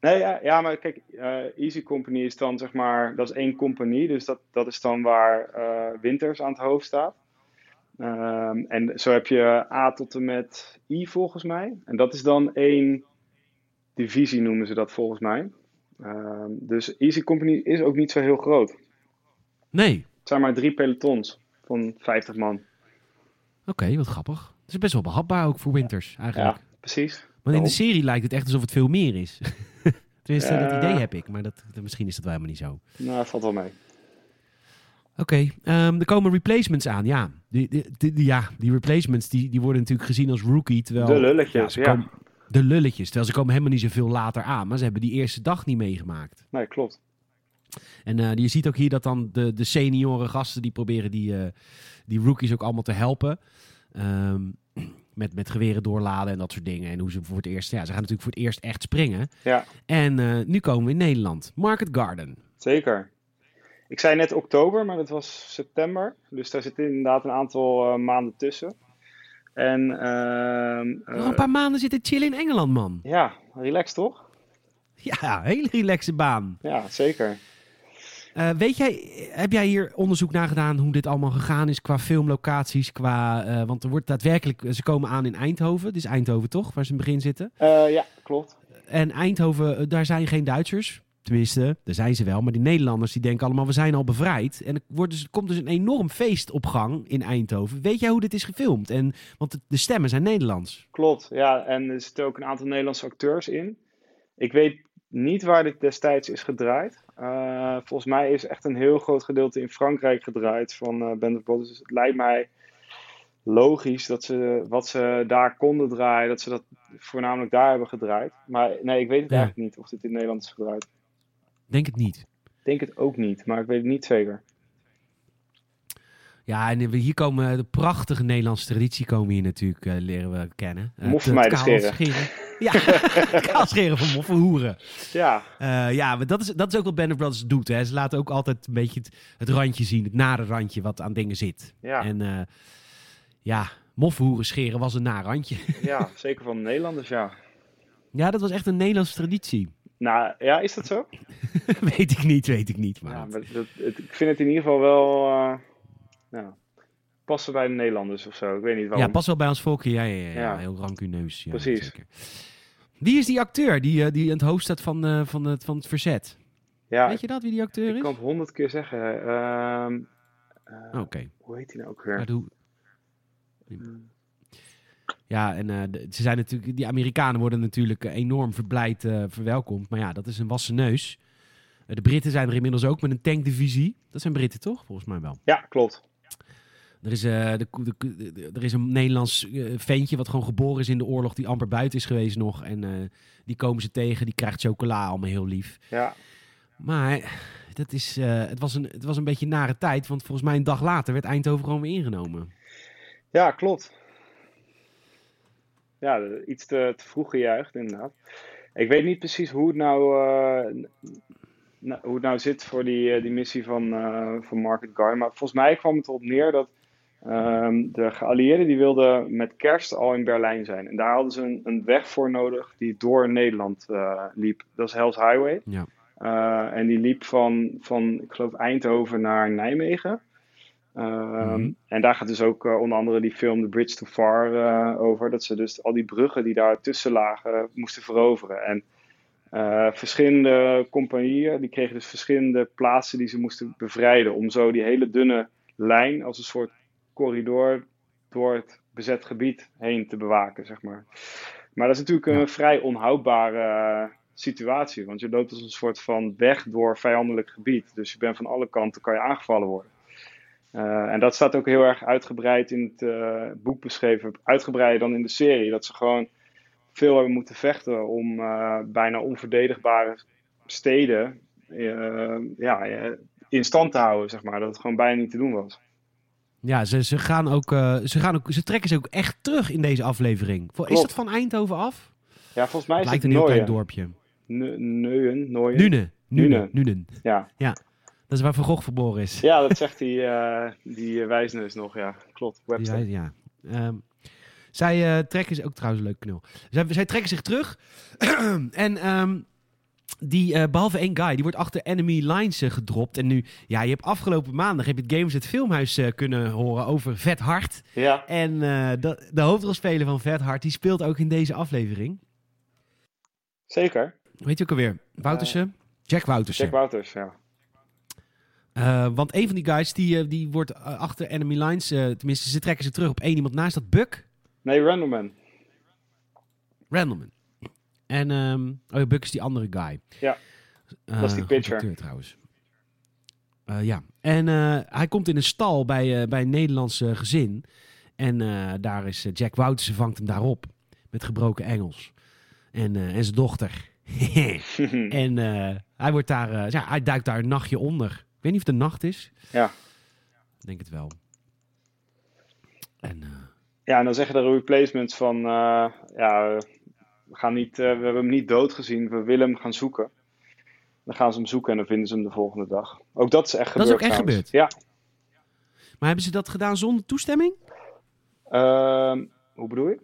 S2: Nee, ja, ja maar kijk, eh, Easy Company is dan zeg maar, dat is één compagnie, dus dat, dat is dan waar eh, Winters aan het hoofd staat. Ehm, en zo heb je A tot en met I volgens mij. En dat is dan één divisie noemen ze dat volgens mij. Ehm, dus Easy Company is ook niet zo heel groot. Het
S1: Nee.
S2: zijn maar drie pelotons van 50 man.
S1: Oké, wat grappig. Het is best wel behapbaar ook voor Winters, eigenlijk.
S2: Ja, precies.
S1: Want in
S2: Waarom?
S1: de serie lijkt het echt alsof het veel meer is. *laughs* Tenminste, dat
S2: Ja.
S1: idee heb ik. Maar dat, dat- misschien is dat wel helemaal niet zo.
S2: Nou, dat valt wel mee.
S1: Oké, ehm, er komen replacements aan, ja. Die, die, die- ja, die replacements die, die worden natuurlijk gezien als rookie, terwijl...
S2: De lulletjes,
S1: ze
S2: ja.
S1: komen- de lulletjes, terwijl ze komen helemaal niet zoveel later aan. Maar ze hebben die eerste dag niet meegemaakt.
S2: Nee, klopt.
S1: En eh, je ziet ook hier dat dan de, de senioren gasten die proberen die, eh, die rookies ook allemaal te helpen. Ehm, met, met geweren doorladen en dat soort dingen. En hoe ze voor het eerst, ja, ze gaan natuurlijk voor het eerst echt springen.
S2: Ja.
S1: En eh, nu komen we in Nederland. Market Garden.
S2: Zeker. Ik zei net oktober, maar dat was september. Dus daar zitten inderdaad een aantal eh, maanden tussen. En ehm, eh,
S1: Nog een paar maanden zitten chillen in Engeland, man.
S2: ja, relax toch?
S1: Ja, hele relaxe baan.
S2: Ja, zeker.
S1: Eh, weet jij, heb jij hier onderzoek naar gedaan hoe dit allemaal gegaan is qua filmlocaties? Qua, eh, want er wordt daadwerkelijk, ze komen aan in Eindhoven. Het is Eindhoven toch, waar ze in het begin zitten.
S2: Eh, ja, klopt.
S1: En Eindhoven, eh, daar zijn geen Duitsers. Tenminste, daar zijn ze wel. Maar die Nederlanders die denken allemaal, we zijn al bevrijd. En er, wordt dus, er komt dus een enorm feest op gang in Eindhoven. Weet jij hoe dit is gefilmd? En, want de, de stemmen zijn Nederlands.
S2: Klopt, ja. En er zitten ook een aantal Nederlandse acteurs in. Ik weet niet waar dit destijds is gedraaid. Eh, volgens mij is echt een heel groot gedeelte in Frankrijk gedraaid van eh Band of Brothers. Dus het lijkt mij logisch dat ze wat ze daar konden draaien, dat ze dat voornamelijk daar hebben gedraaid. Maar nee, ik weet het
S1: Ja.
S2: eigenlijk niet of dit in Nederland is gedraaid.
S1: Denk het niet.
S2: Ik denk het ook niet, maar ik weet het niet zeker.
S1: Ja, en eh, we- hier komen de prachtige Nederlandse traditie komen we hier natuurlijk, eh, leren we kennen. Eh,
S2: Moffen
S1: het- het
S2: meiden
S1: kaal
S2: scheren. *laughs*
S1: Ja, *laughs* het kaal scheren van moffen hoeren.
S2: Ja,
S1: Eh, ja, maar dat is, dat is ook wat Band of Brothers doet. Hè. Ze laten ook altijd een beetje het, het randje zien, het nare randje wat aan dingen zit.
S2: ja,
S1: En eh, ja, moffen hoeren scheren was een naar randje.
S2: ja, zeker van de Nederlanders, ja.
S1: *laughs* ja, dat was echt een Nederlandse traditie.
S2: Nou, ja, is dat zo?
S1: *laughs* weet ik niet, weet ik niet. Maar
S2: Ja,
S1: dat-
S2: maar dat, het- ik vind het in ieder geval wel eh, nou, passen bij de Nederlanders of zo. Ik weet niet
S1: ja,
S2: waarom.
S1: pas wel bij ons volkje. Ja, ja, ja, ja,
S2: Ja.
S1: heel rancuneus. Ja,
S2: Precies.
S1: zeker. Wie is die acteur die, eh, die aan het hoofd staat van, eh, van, het, van het verzet?
S2: ja,
S1: Weet je dat, wie die acteur
S2: ik
S1: is? Oh.
S2: kan het honderd keer zeggen. Ehm, eh,
S1: Oké,
S2: Hoe heet hij nou ook
S1: maar
S2: weer?
S1: doe... Ja, en eh, de- ze zijn natuurlijk, die Amerikanen worden natuurlijk eh, enorm verblijd eh, verwelkomd. Maar ja, dat is een wassen neus. Eh, de Britten zijn er inmiddels ook met een tankdivisie. Dat zijn Britten toch? Volgens mij wel.
S2: Ja, klopt.
S1: Er is, eh, de, ko- de, ko- de- de- er is een Nederlands eh, ventje wat gewoon geboren is in de oorlog, die amper buiten is geweest nog. En eh, die komen ze tegen, die krijgt chocola, allemaal heel lief.
S2: Ja,
S1: Maar dat is, eh, het, was een, het was een beetje een nare tijd, want volgens mij een dag later werd Eindhoven gewoon weer ingenomen.
S2: ja klopt. Ja, de- iets te, te vroeg gejuicht, inderdaad. Ik weet niet precies hoe het nou, eh, n- n- hoe het nou zit voor die, eh, die missie van, eh, van Market Garden. Maar volgens mij kwam het erop neer dat ehm, de geallieerden die wilden met kerst al in Berlijn zijn. En daar hadden ze een, een weg voor nodig die door Nederland eh, liep. Dat is Hell's Highway.
S1: Ja.
S2: Eh, en die liep van, van, ik geloof, Eindhoven naar Nijmegen. Ehm,
S1: Mhm.
S2: En daar gaat dus ook eh, onder andere die film The Bridge Too Far eh, over. Dat ze dus al die bruggen die daar tussen lagen eh, moesten veroveren. En eh, verschillende compagnieën die kregen dus verschillende plaatsen die ze moesten bevrijden. Om zo die hele dunne lijn als een soort corridor door het bezet gebied heen te bewaken, zeg maar. Maar dat is natuurlijk een vrij onhoudbare eh, situatie. Want je loopt als een soort van weg door vijandelijk gebied. Dus je bent van alle kanten kan je aangevallen worden. Eh, en dat staat ook heel erg uitgebreid in het eh, boek beschreven. Uitgebreider dan in de serie. Dat ze gewoon veel hebben moeten vechten om eh, bijna onverdedigbare steden eh, ja, eh, in stand te houden, zeg maar. Dat het gewoon bijna niet te doen was.
S1: Ja, ze, ze, gaan ook, eh, ze, gaan ook, ze trekken ze ook echt terug in deze aflevering. Voor- Is
S2: Klopt.
S1: dat van Eindhoven af?
S2: Ja, volgens mij
S1: Het
S2: is het
S1: lijkt een heel klein
S2: Nooien.
S1: dorpje.
S2: Ne- Neuien, Nooien.
S1: Nuenen. Nuenen.
S2: Nuenen.
S1: Nuenen.
S2: Ja.
S1: Dat is waar Van Gogh verboren is.
S2: ja, dat zegt die, eh die eh, wijsneus nog, ja. Klopt, Webster.
S1: Ja, ja. Ehm, zij eh, trekken zich ook trouwens een leuk knul. Zij, zij trekken zich terug. *clears throat* en ehm, die, eh, behalve één guy, die wordt achter enemy lines eh, gedropt. En nu, ja, je hebt afgelopen maandag heb je het Games het Filmhuis eh, kunnen horen over Vet Hart.
S2: Ja,
S1: En eh, de, de hoofdrolspeler van Vet Hart, die speelt ook in deze aflevering.
S2: zeker.
S1: Weet je ook alweer? Woutersen? Eh, Jack Woutersen.
S2: Jack Wouters, ja.
S1: Eh, want een van die guys, die, eh, die wordt eh, achter enemy lines, eh, tenminste, ze trekken ze terug op één iemand naast dat Buck.
S2: Nee, Randleman.
S1: Randleman. En ehm oh ja, Buck is die andere guy.
S2: Ja.
S1: Eh,
S2: Dat is die
S1: goed
S2: pitcher.
S1: acteur trouwens. Eh, ja. En eh, hij komt in een stal bij, eh, bij een Nederlandse gezin. En eh, daar is eh, Jack Woutersen vangt hem daarop. Met gebroken Engels. *laughs* En, eh, en zijn dochter. en eh, Hij, wordt daar, eh, ja, hij duikt daar een nachtje onder. Ik weet niet of het een nacht is.
S2: Ja.
S1: Ik denk het wel. En eh,
S2: *laughs* Ja, en dan zeggen de replacements van, eh, ja, eh, we, gaan niet, eh, we hebben hem niet dood gezien, we willen hem gaan zoeken. Dan gaan ze hem zoeken en dan vinden ze hem de volgende dag. Ook dat is echt
S1: Dat is
S2: gebeurd.
S1: ook echt
S2: trouwens.
S1: gebeurd?
S2: Ja.
S1: Maar hebben ze dat gedaan zonder toestemming?
S2: Ehm, hoe bedoel je?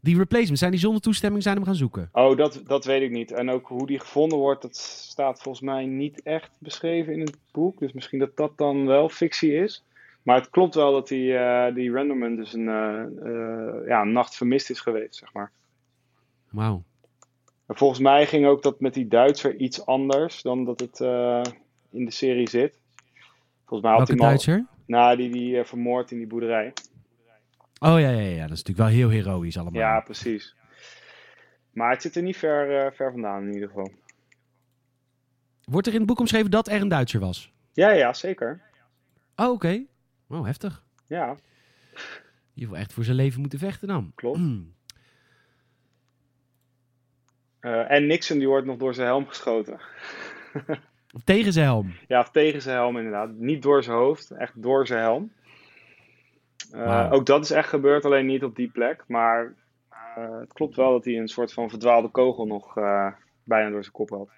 S1: Die replacements, zijn die zonder toestemming zijn hem gaan zoeken?
S2: Oh, dat, dat weet ik niet. En ook hoe die gevonden wordt, dat staat volgens mij niet echt beschreven in het boek. Dus misschien dat dat dan wel fictie is. Maar het klopt wel dat die, eh die Renderman dus een, eh, eh, ja, een nacht vermist is geweest, zeg maar.
S1: Wauw.
S2: En volgens mij ging ook dat met die Duitser iets anders dan dat het eh, in de serie zit. Volgens mij
S1: Welke
S2: had hij hem al-
S1: Duitser?
S2: Nou, die, die eh, vermoord in die boerderij.
S1: Oh ja, ja, ja, dat is natuurlijk wel heel heroïs allemaal.
S2: Ja, precies. Maar het zit er niet ver, eh, ver vandaan in ieder geval.
S1: Wordt er in het boek omschreven dat er een Duitser was?
S2: Ja, ja, zeker.
S1: Oh, oké. Wow, heftig.
S2: Ja,
S1: Je wil echt voor zijn leven moeten vechten dan. *clears throat*
S2: klopt.
S1: Hmm.
S2: Eh, en Nixon die wordt nog door zijn helm geschoten.
S1: Of tegen zijn helm.
S2: Ja, of tegen zijn helm inderdaad. Niet door zijn hoofd, echt door zijn helm. Eh,
S1: Wauw.
S2: Ook dat is echt gebeurd, alleen niet op die plek. Maar eh, het klopt wel dat hij een soort van verdwaalde kogel nog eh, bijna door zijn kop had.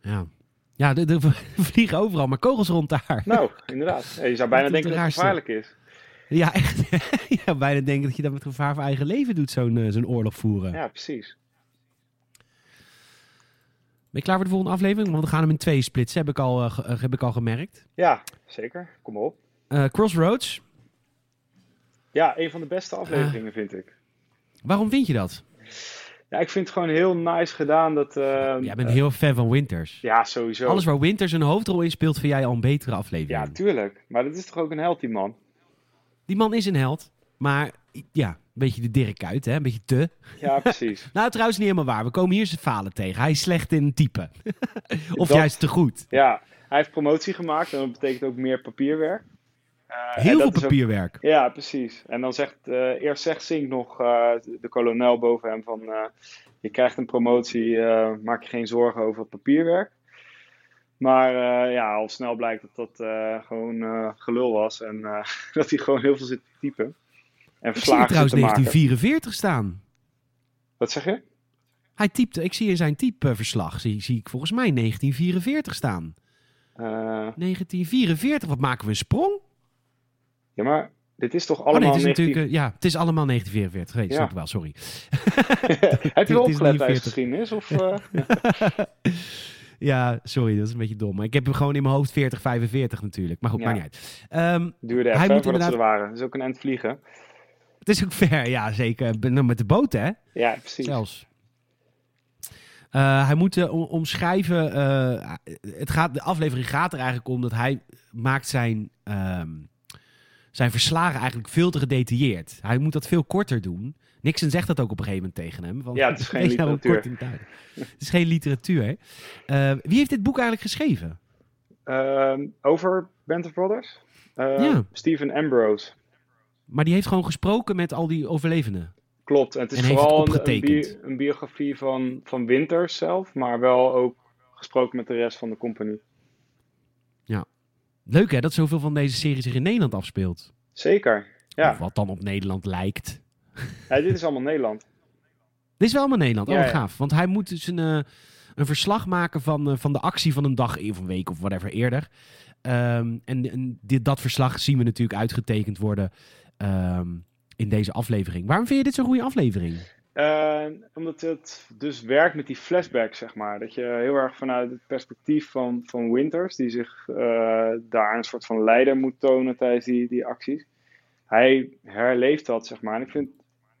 S1: Ja, ja er, er *laughs* vliegen overal maar kogels rond daar. *laughs*
S2: Nou, inderdaad. Ja, je zou bijna
S1: Dat
S2: denken
S1: doet
S2: dat
S1: het
S2: het gevaarlijk is.
S1: Ja, echt. *laughs* ja, bijna denk dat je dat met gevaar voor eigen leven doet, zo'n eh, zo'n oorlog voeren.
S2: Ja, precies.
S1: Ben je klaar voor de volgende aflevering? Want we gaan hem in twee splitsen, heb ik al, eh, ge- eh, heb ik al gemerkt.
S2: Ja, zeker. Kom maar op.
S1: Eh, Crossroads,
S2: Ja, een van de beste afleveringen vind ik.
S1: waarom vind je dat?
S2: Ja, ik vind het gewoon heel nice gedaan dat... eh,
S1: Jij bent
S2: eh,
S1: heel fan van Winters.
S2: ja, sowieso.
S1: Alles waar Winters een hoofdrol in speelt, vind jij al een betere aflevering.
S2: Ja, tuurlijk. Maar dat is toch ook een held, die man?
S1: Die man is een held, maar ja, een beetje de Dirk uit, hè? Een beetje te.
S2: Ja,
S1: *laughs*
S2: precies.
S1: Nou, trouwens niet helemaal waar. We komen hier zijn falen tegen. Hij is slecht in typen. *laughs* of
S2: Dat-
S1: juist te goed.
S2: Ja, hij heeft promotie gemaakt en dat betekent ook meer papierwerk. Eh, en
S1: Heel veel
S2: dat is ook-
S1: papierwerk.
S2: Ja, precies. En dan zegt, eh, eerst zegt Sink nog, eh, de kolonel boven hem, van eh, je krijgt een promotie, eh, maak je geen zorgen over het papierwerk. Maar eh, ja, al snel blijkt dat dat eh, gewoon eh, gelul was en eh, *laughs* dat hij gewoon heel veel zit te typen. En
S1: Ik zie er
S2: verslagen zit
S1: trouwens
S2: te maken.
S1: 1944 staan.
S2: Wat zeg je?
S1: Hij typte, ik zie in zijn typeverslag, zie, zie ik volgens mij 1944 staan.
S2: Eh,
S1: 1944, wat maken we een sprong?
S2: ja, maar dit is toch
S1: Oh nee,
S2: allemaal...
S1: het is
S2: 19
S1: natuurlijk, eh, ja, het is allemaal 1944. Nee,
S2: Ja.
S1: snap ik wel, sorry.
S2: *laughs* Heb je wel
S1: het eh, is
S2: opgelet bij
S1: 49.
S2: de geschiedenis? Of, eh?
S1: Ja, sorry, dat is een beetje dom. Maar ik heb hem gewoon in mijn hoofd 40, 45 natuurlijk. Maar goed,
S2: Ja.
S1: maakt niet uit. Ehm,
S2: Duurde
S1: Hij
S2: even hè,
S1: moet
S2: voordat ze er waren. Dat is ook een eind vliegen.
S1: het is ook *laughs* ver, ja, zeker. Ben- nou, Met de boot, hè?
S2: Ja, precies.
S1: Zelfs. Eh, hij moet eh, om- omschrijven. eh, het gaat, de aflevering gaat er eigenlijk om dat hij maakt zijn, ehm, zijn verslagen eigenlijk veel te gedetailleerd. Hij moet dat veel korter doen. Nixon zegt dat ook op een gegeven moment tegen hem. Want
S2: Ja,
S1: *laughs*
S2: het is geen
S1: wees nou een kort
S2: literatuur.
S1: in tijd. het is geen literatuur. hè. Eh, wie heeft dit boek eigenlijk geschreven?
S2: Ehm, over Band of Brothers? Eh,
S1: Ja.
S2: Stephen Ambrose.
S1: Maar die heeft gewoon gesproken met al die overlevenden.
S2: Klopt. En het is
S1: En heeft het
S2: vooral een, een,
S1: opgetekend.
S2: bio- een biografie van, van Winters zelf, maar wel ook gesproken met de rest van de compagnie.
S1: Leuk hè, dat zoveel van deze serie zich in Nederland afspeelt.
S2: Zeker. Ja.
S1: Of wat dan op Nederland lijkt.
S2: Ja, dit is allemaal Nederland.
S1: Dit is wel allemaal Nederland. Oh,
S2: Ja,
S1: wat
S2: ja.
S1: gaaf. Want hij moet dus een, eh, een verslag maken van, eh, van de actie van een dag of een week of whatever eerder. Ehm, en en dit, dat verslag zien we natuurlijk uitgetekend worden ehm, in deze aflevering. Waarom vind je dit zo'n goede aflevering?
S2: Eh, omdat het dus werkt met die flashback, zeg maar. Dat je heel erg vanuit het perspectief van, van Winters, die zich eh, daar een soort van leider moet tonen tijdens die, die acties. Hij herleeft dat, zeg maar. En ik vind,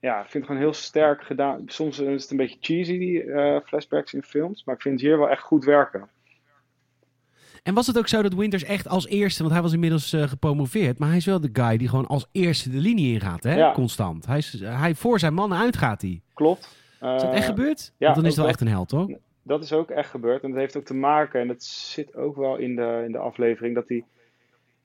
S2: ja, ik vind het gewoon heel sterk gedaan. Soms is het een beetje cheesy, die eh, flashbacks in films. Maar ik vind het hier wel echt goed werken.
S1: En was het ook zo dat Winters echt als eerste, want hij was inmiddels eh, gepromoveerd, maar hij is wel de guy die gewoon als eerste de linie ingaat, hè?
S2: Ja.
S1: Constant. Hij, is, eh, hij voor zijn mannen uitgaat hij.
S2: Klopt.
S1: Is dat
S2: Eh,
S1: echt gebeurd?
S2: ja,
S1: want dan is het wel
S2: ook dat.
S1: echt een held, hoor.
S2: dat is ook echt gebeurd. En dat heeft ook te maken, en dat zit ook wel in de, in de aflevering, dat die,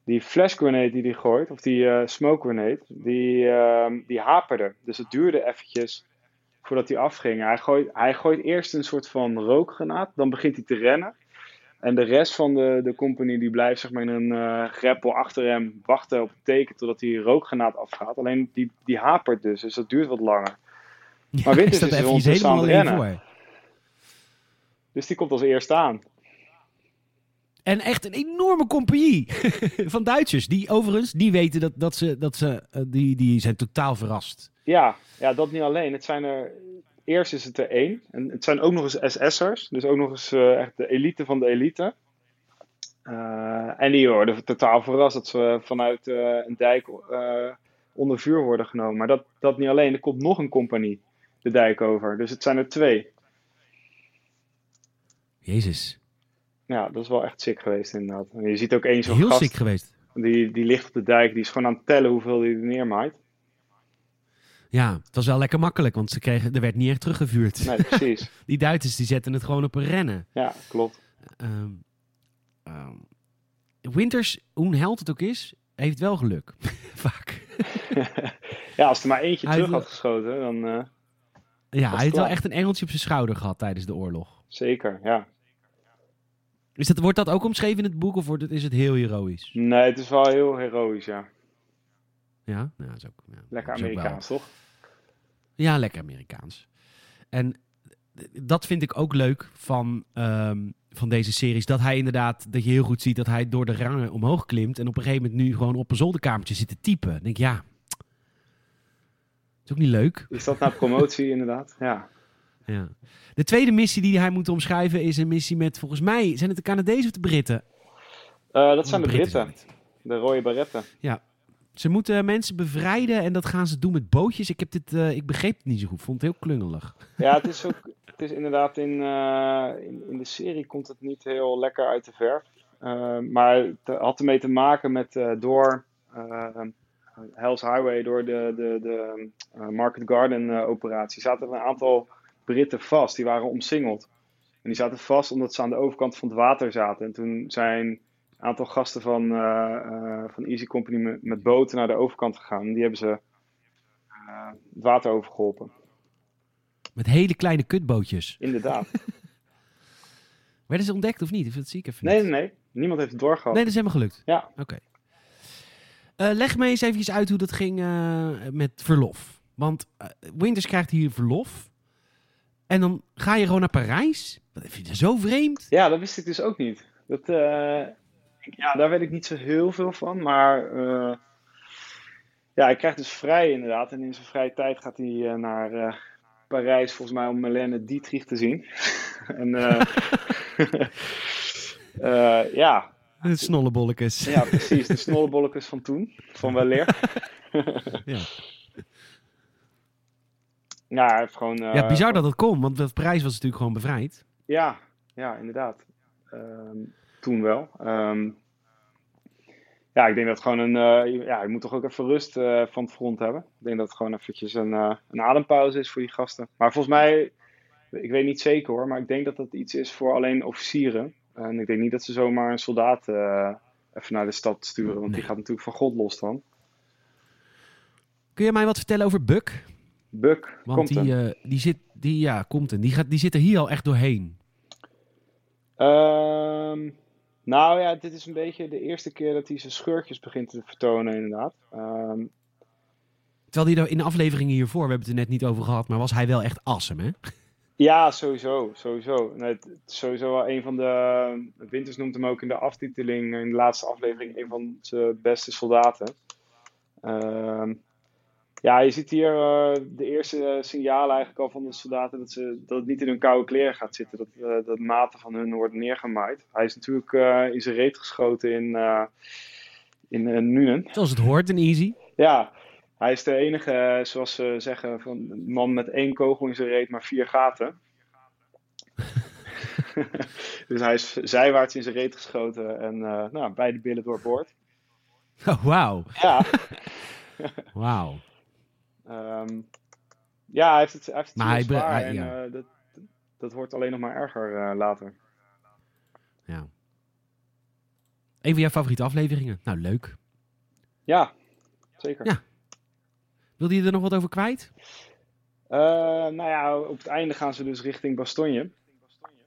S2: die flash grenade die hij gooit, of die eh, smoke grenade, die, ehm, die haperde. Dus het duurde eventjes voordat hij afging. Hij gooit, hij gooit eerst een soort van rookgranaat, dan begint hij te rennen. En de rest van de, de company die blijft zeg maar, in een eh greppel achter hem wachten op het teken totdat die rookgranaat afgaat. Alleen die, die hapert dus, dus dat duurt wat langer. Maar
S1: Ja,
S2: Winters
S1: ik zat
S2: is
S1: even
S2: er
S1: iets helemaal
S2: ondertussen
S1: alleen
S2: aan het
S1: voor.
S2: Dus die komt als eerste aan.
S1: En echt een enorme compagnie *laughs* van Duitsers. Die overigens, die weten dat, dat ze, dat ze eh, die, die zijn totaal verrast.
S2: Ja, ja, dat niet alleen. Het zijn er, eerst is het er één. En het zijn ook nog eens SS'ers. Dus ook nog eens eh, echt de elite van de elite. Eh, en die worden totaal verrast dat ze vanuit eh, een dijk eh, onder vuur worden genomen. Maar dat, dat niet alleen. Er komt nog een compagnie de dijk over. Dus het zijn er twee.
S1: Jezus,
S2: Ja, dat is wel echt sick geweest inderdaad. En je ziet ook één zo'n
S1: heel
S2: gast,
S1: ziek geweest.
S2: die, die ligt op de dijk. Die is gewoon aan het tellen hoeveel hij er neermaait.
S1: Ja, het was wel lekker makkelijk, want ze kregen, er werd niet echt teruggevuurd. *laughs*
S2: Nee, precies.
S1: Die Duitsers die zetten het gewoon op een rennen.
S2: ja, klopt.
S1: Ehm, ehm, Winters, hoe held het ook is, heeft wel geluk. *laughs* Vaak.
S2: Ja, als er maar eentje
S1: Hij
S2: terug
S1: wil-
S2: had geschoten, dan eh,
S1: Ja,
S2: is
S1: hij heeft wel
S2: klaar.
S1: echt een engeltje op zijn schouder gehad tijdens de oorlog.
S2: zeker, ja.
S1: Is dat, wordt dat ook omschreven in het boek of wordt het, is het heel heroïsch?
S2: Nee, het is wel heel heroïs, ja.
S1: Ja, nou, dat is ook, ja,
S2: Lekker
S1: dat is ook wel-
S2: Amerikaans, toch?
S1: Ja, lekker Amerikaans. En d- dat vind ik ook leuk van, ehm, van deze series. Dat hij inderdaad, dat je heel goed ziet dat hij door de rangen omhoog klimt. En op een gegeven moment nu gewoon op een zolderkamertje zit te typen. Dan denk ik, ja, is ook niet leuk.
S2: Is dat nou promotie, *laughs* inderdaad? Ja.
S1: Ja. De tweede missie die hij moet omschrijven is een missie met, volgens mij, zijn het de Canadezen of de Britten?
S2: Eh, dat zijn de
S1: Britten
S2: Britten,
S1: zijn het.
S2: de rode baretten.
S1: Ze moeten mensen bevrijden en dat gaan ze doen met bootjes. Ik, heb dit, eh, ik begreep het niet zo goed, vond het heel klungelig.
S2: Ja, het is ook, het is inderdaad in, eh, in, in de serie komt het niet heel lekker uit de verf. Eh, maar het had ermee te maken met eh, door eh, Hell's Highway, door de, de, de eh, Market Garden eh, operatie, zaten er een aantal Britten vast. Die waren omsingeld. En die zaten vast omdat ze aan de overkant van het water zaten. En toen zijn een aantal gasten van, eh, eh, van Easy Company met, met boten naar de overkant gegaan. En die hebben ze eh, het water overgeholpen.
S1: Met hele kleine kutbootjes.
S2: Inderdaad.
S1: Werden ze ontdekt of niet? Of dat zie ik even
S2: Nee,
S1: niet.
S2: nee, nee. Niemand heeft het doorgehad.
S1: Nee, dat is helemaal gelukt.
S2: Ja.
S1: Oké. Eh, leg me eens eventjes uit hoe dat ging eh, met verlof. Want eh, Winters krijgt hier verlof. En dan ga je gewoon naar Parijs. Wat vind je dat zo vreemd?
S2: Ja, dat wist ik dus ook niet. Dat, eh, ik- ja, daar weet ik niet zo heel veel van. Maar eh, ja, hij krijgt dus vrij inderdaad. En in zijn vrije tijd gaat hij eh, naar eh, Parijs volgens mij om Marlene Dietrich te zien. *laughs*
S1: *laughs*
S2: en eh, eh, ja,
S1: Een snollebollekes.
S2: ja, precies. De snollebollekes van toen. Van weleer.
S1: Ja.
S2: Ja, hij heeft gewoon... eh,
S1: ja, bizar dat dat kon. Want Parijs was natuurlijk gewoon bevrijd.
S2: Ja, ja, inderdaad. Ehm, toen wel. Ehm, ja, ik denk dat het gewoon een. eh, je- ja, je moet toch ook even rust eh, van het front hebben. Ik denk dat het gewoon eventjes een, eh, een adempauze is voor die gasten. Maar volgens mij, ik weet niet zeker hoor, maar ik denk dat dat iets is voor alleen officieren. En ik denk niet dat ze zomaar een soldaat eh, even naar de stad sturen, want die
S1: Nee.
S2: gaat natuurlijk van God los dan.
S1: Kun je mij wat vertellen over Buck?
S2: Buck,
S1: Want
S2: komt
S1: die, eh, die zit, die, ja, Compton, die, gaat, die zit er hier al echt doorheen.
S2: Ehm, nou ja, dit is een beetje de eerste keer dat hij zijn scheurtjes begint te vertonen, inderdaad. Ehm,
S1: Terwijl die er in de afleveringen hiervoor, we hebben het er net niet over gehad, maar was hij wel echt assem, hè?
S2: ja, sowieso, sowieso. Nee, het, het is sowieso wel een van de. eh, Winters noemt hem ook in de aftiteling, in de laatste aflevering, een van zijn beste soldaten. Ehm, ja, je ziet hier eh, de eerste eh, signalen eigenlijk al van de soldaten dat, ze, dat het niet in hun koude kleren gaat zitten. Dat, eh, dat maten van hun wordt neergemaaid. Hij is natuurlijk eh in zijn reet geschoten in, eh in eh, Nuenen.
S1: Zoals het hoort in Easy.
S2: Ja, hij is de enige, eh, zoals ze zeggen, van een man met één kogel in zijn reet, maar vier gaten. *laughs* dus hij is zijwaarts in zijn reet geschoten en eh, nou, beide billen doorboord.
S1: *laughs* Oh, wauw.
S2: Ja,
S1: *laughs*
S2: *laughs*
S1: Wauw.
S2: ehm, ja hij heeft het, hij heeft het
S1: Maar
S2: heel
S1: hij be-
S2: zwaar
S1: hij-
S2: en
S1: ja.
S2: eh, dat, dat wordt alleen nog maar erger eh, later.
S1: Ja. Een van jouw favoriete afleveringen. Nou, leuk.
S2: Ja, zeker.
S1: Ja. Wilde je er nog wat over kwijt?
S2: Eh, nou ja, op het einde gaan ze dus richting Bastogne.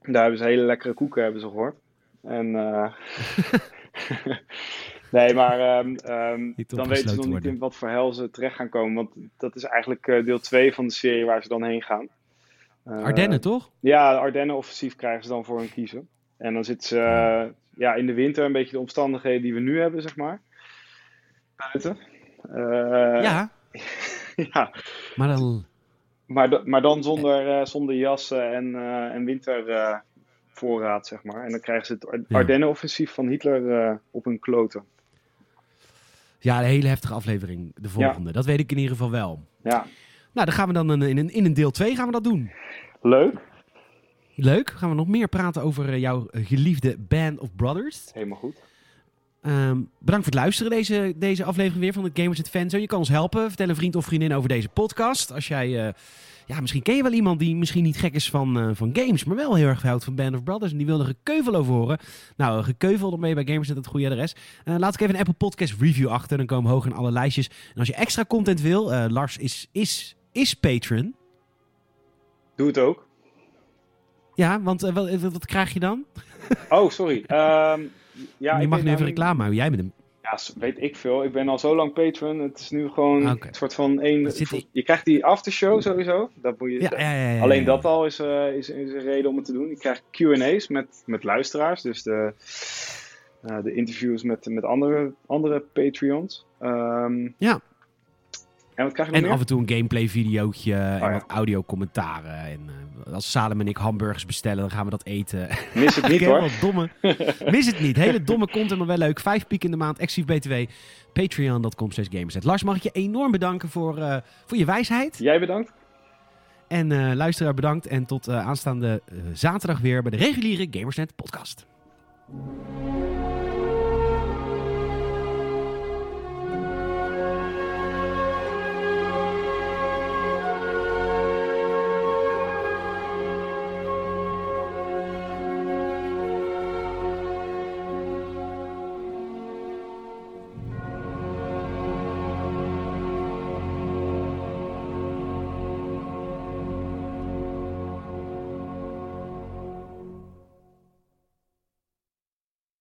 S2: Daar hebben ze hele lekkere koeken, hebben ze gehoord. En eh, *laughs* nee, maar ehm, ehm,
S1: Niet
S2: dan weten ze nog
S1: opgesloten
S2: niet
S1: worden.
S2: in wat voor hel ze terecht gaan komen. Want dat is eigenlijk eh, deel 2 van de serie waar ze dan heen gaan. Eh,
S1: Ardennen, toch?
S2: Ja, de Ardennen-offensief krijgen ze dan voor hun kiezen. En dan zitten ze eh, ja, in de winter een beetje de omstandigheden die we nu hebben, zeg maar. Buiten. Eh,
S1: ja,
S2: *laughs* ja.
S1: maar dan...
S2: Maar, da- maar dan zonder, eh, zonder jassen en, eh, en wintervoorraad, zeg maar. En dan krijgen ze het Ar-
S1: Ja.
S2: Ardennen-offensief van Hitler eh, op hun kloten.
S1: Ja, een hele heftige aflevering, de volgende. Dat weet ik in ieder geval wel.
S2: Ja,
S1: Nou, dan gaan we dan een- in een, in een deel 2 gaan we dat doen.
S2: leuk.
S1: Leuk. Gaan we nog meer praten over eh, jouw geliefde Band of Brothers.
S2: Helemaal goed.
S1: Ehm, bedankt voor het luisteren deze, deze aflevering weer van het Gamers het Fan. Je kan ons helpen. Vertel een vriend of vriendin over deze podcast. Als jij, eh, ja, misschien ken je wel iemand die misschien niet gek is van, eh, van games, maar wel heel erg houdt van Band of Brothers en die wil er gekeuvel over horen. Nou, eh, gekeuvel ermee bij Gamers het goede adres. Eh, laat ik even een Apple Podcast review achter. Dan komen we hoog in alle lijstjes. En als je extra content wil, eh, Lars is, is, is patron.
S2: Doe het ook.
S1: Ja, want eh, wel- eh, wat, wat krijg je dan?
S2: Oh, sorry. Ehm, ja,
S1: je
S2: ik
S1: mag
S2: ben
S1: nu even
S2: nou-
S1: reclame houden. Jij bent hem.
S2: Ja, s- weet ik veel. Ik ben al zo lang patron. Het is nu gewoon
S1: Ah, Oké.
S2: een soort van één...
S1: Dat zit in-
S2: Je krijgt die aftershow sowieso. Dat moet je...
S1: Ja, ja, ja, ja, ja.
S2: Alleen dat al is, eh, is, is een reden om het te doen. Ik krijg QA's met, met luisteraars, dus de, eh, de interviews met, met andere, andere Patreons. Ehm,
S1: Ja.
S2: En wat krijg je nog
S1: En
S2: meer? Oh,
S1: af en toe een gameplay videootje en
S2: ja.
S1: wat audio commentaren. En eh, als Salem en ik hamburgers bestellen, dan gaan we dat eten. *laughs*
S2: Mis het niet hoor.
S1: Helemaal
S2: *laughs*
S1: domme. Mis het niet. Hele domme content, maar wel leuk. Vijf piek in de maand, actief BTW. Patreon.com slash gamerset. Lars, mag ik je enorm bedanken voor, eh, voor je wijsheid.
S2: Jij bedankt.
S1: En eh, luisteraar bedankt. En tot eh, aanstaande eh, zaterdag weer bij de reguliere Gamersnet podcast.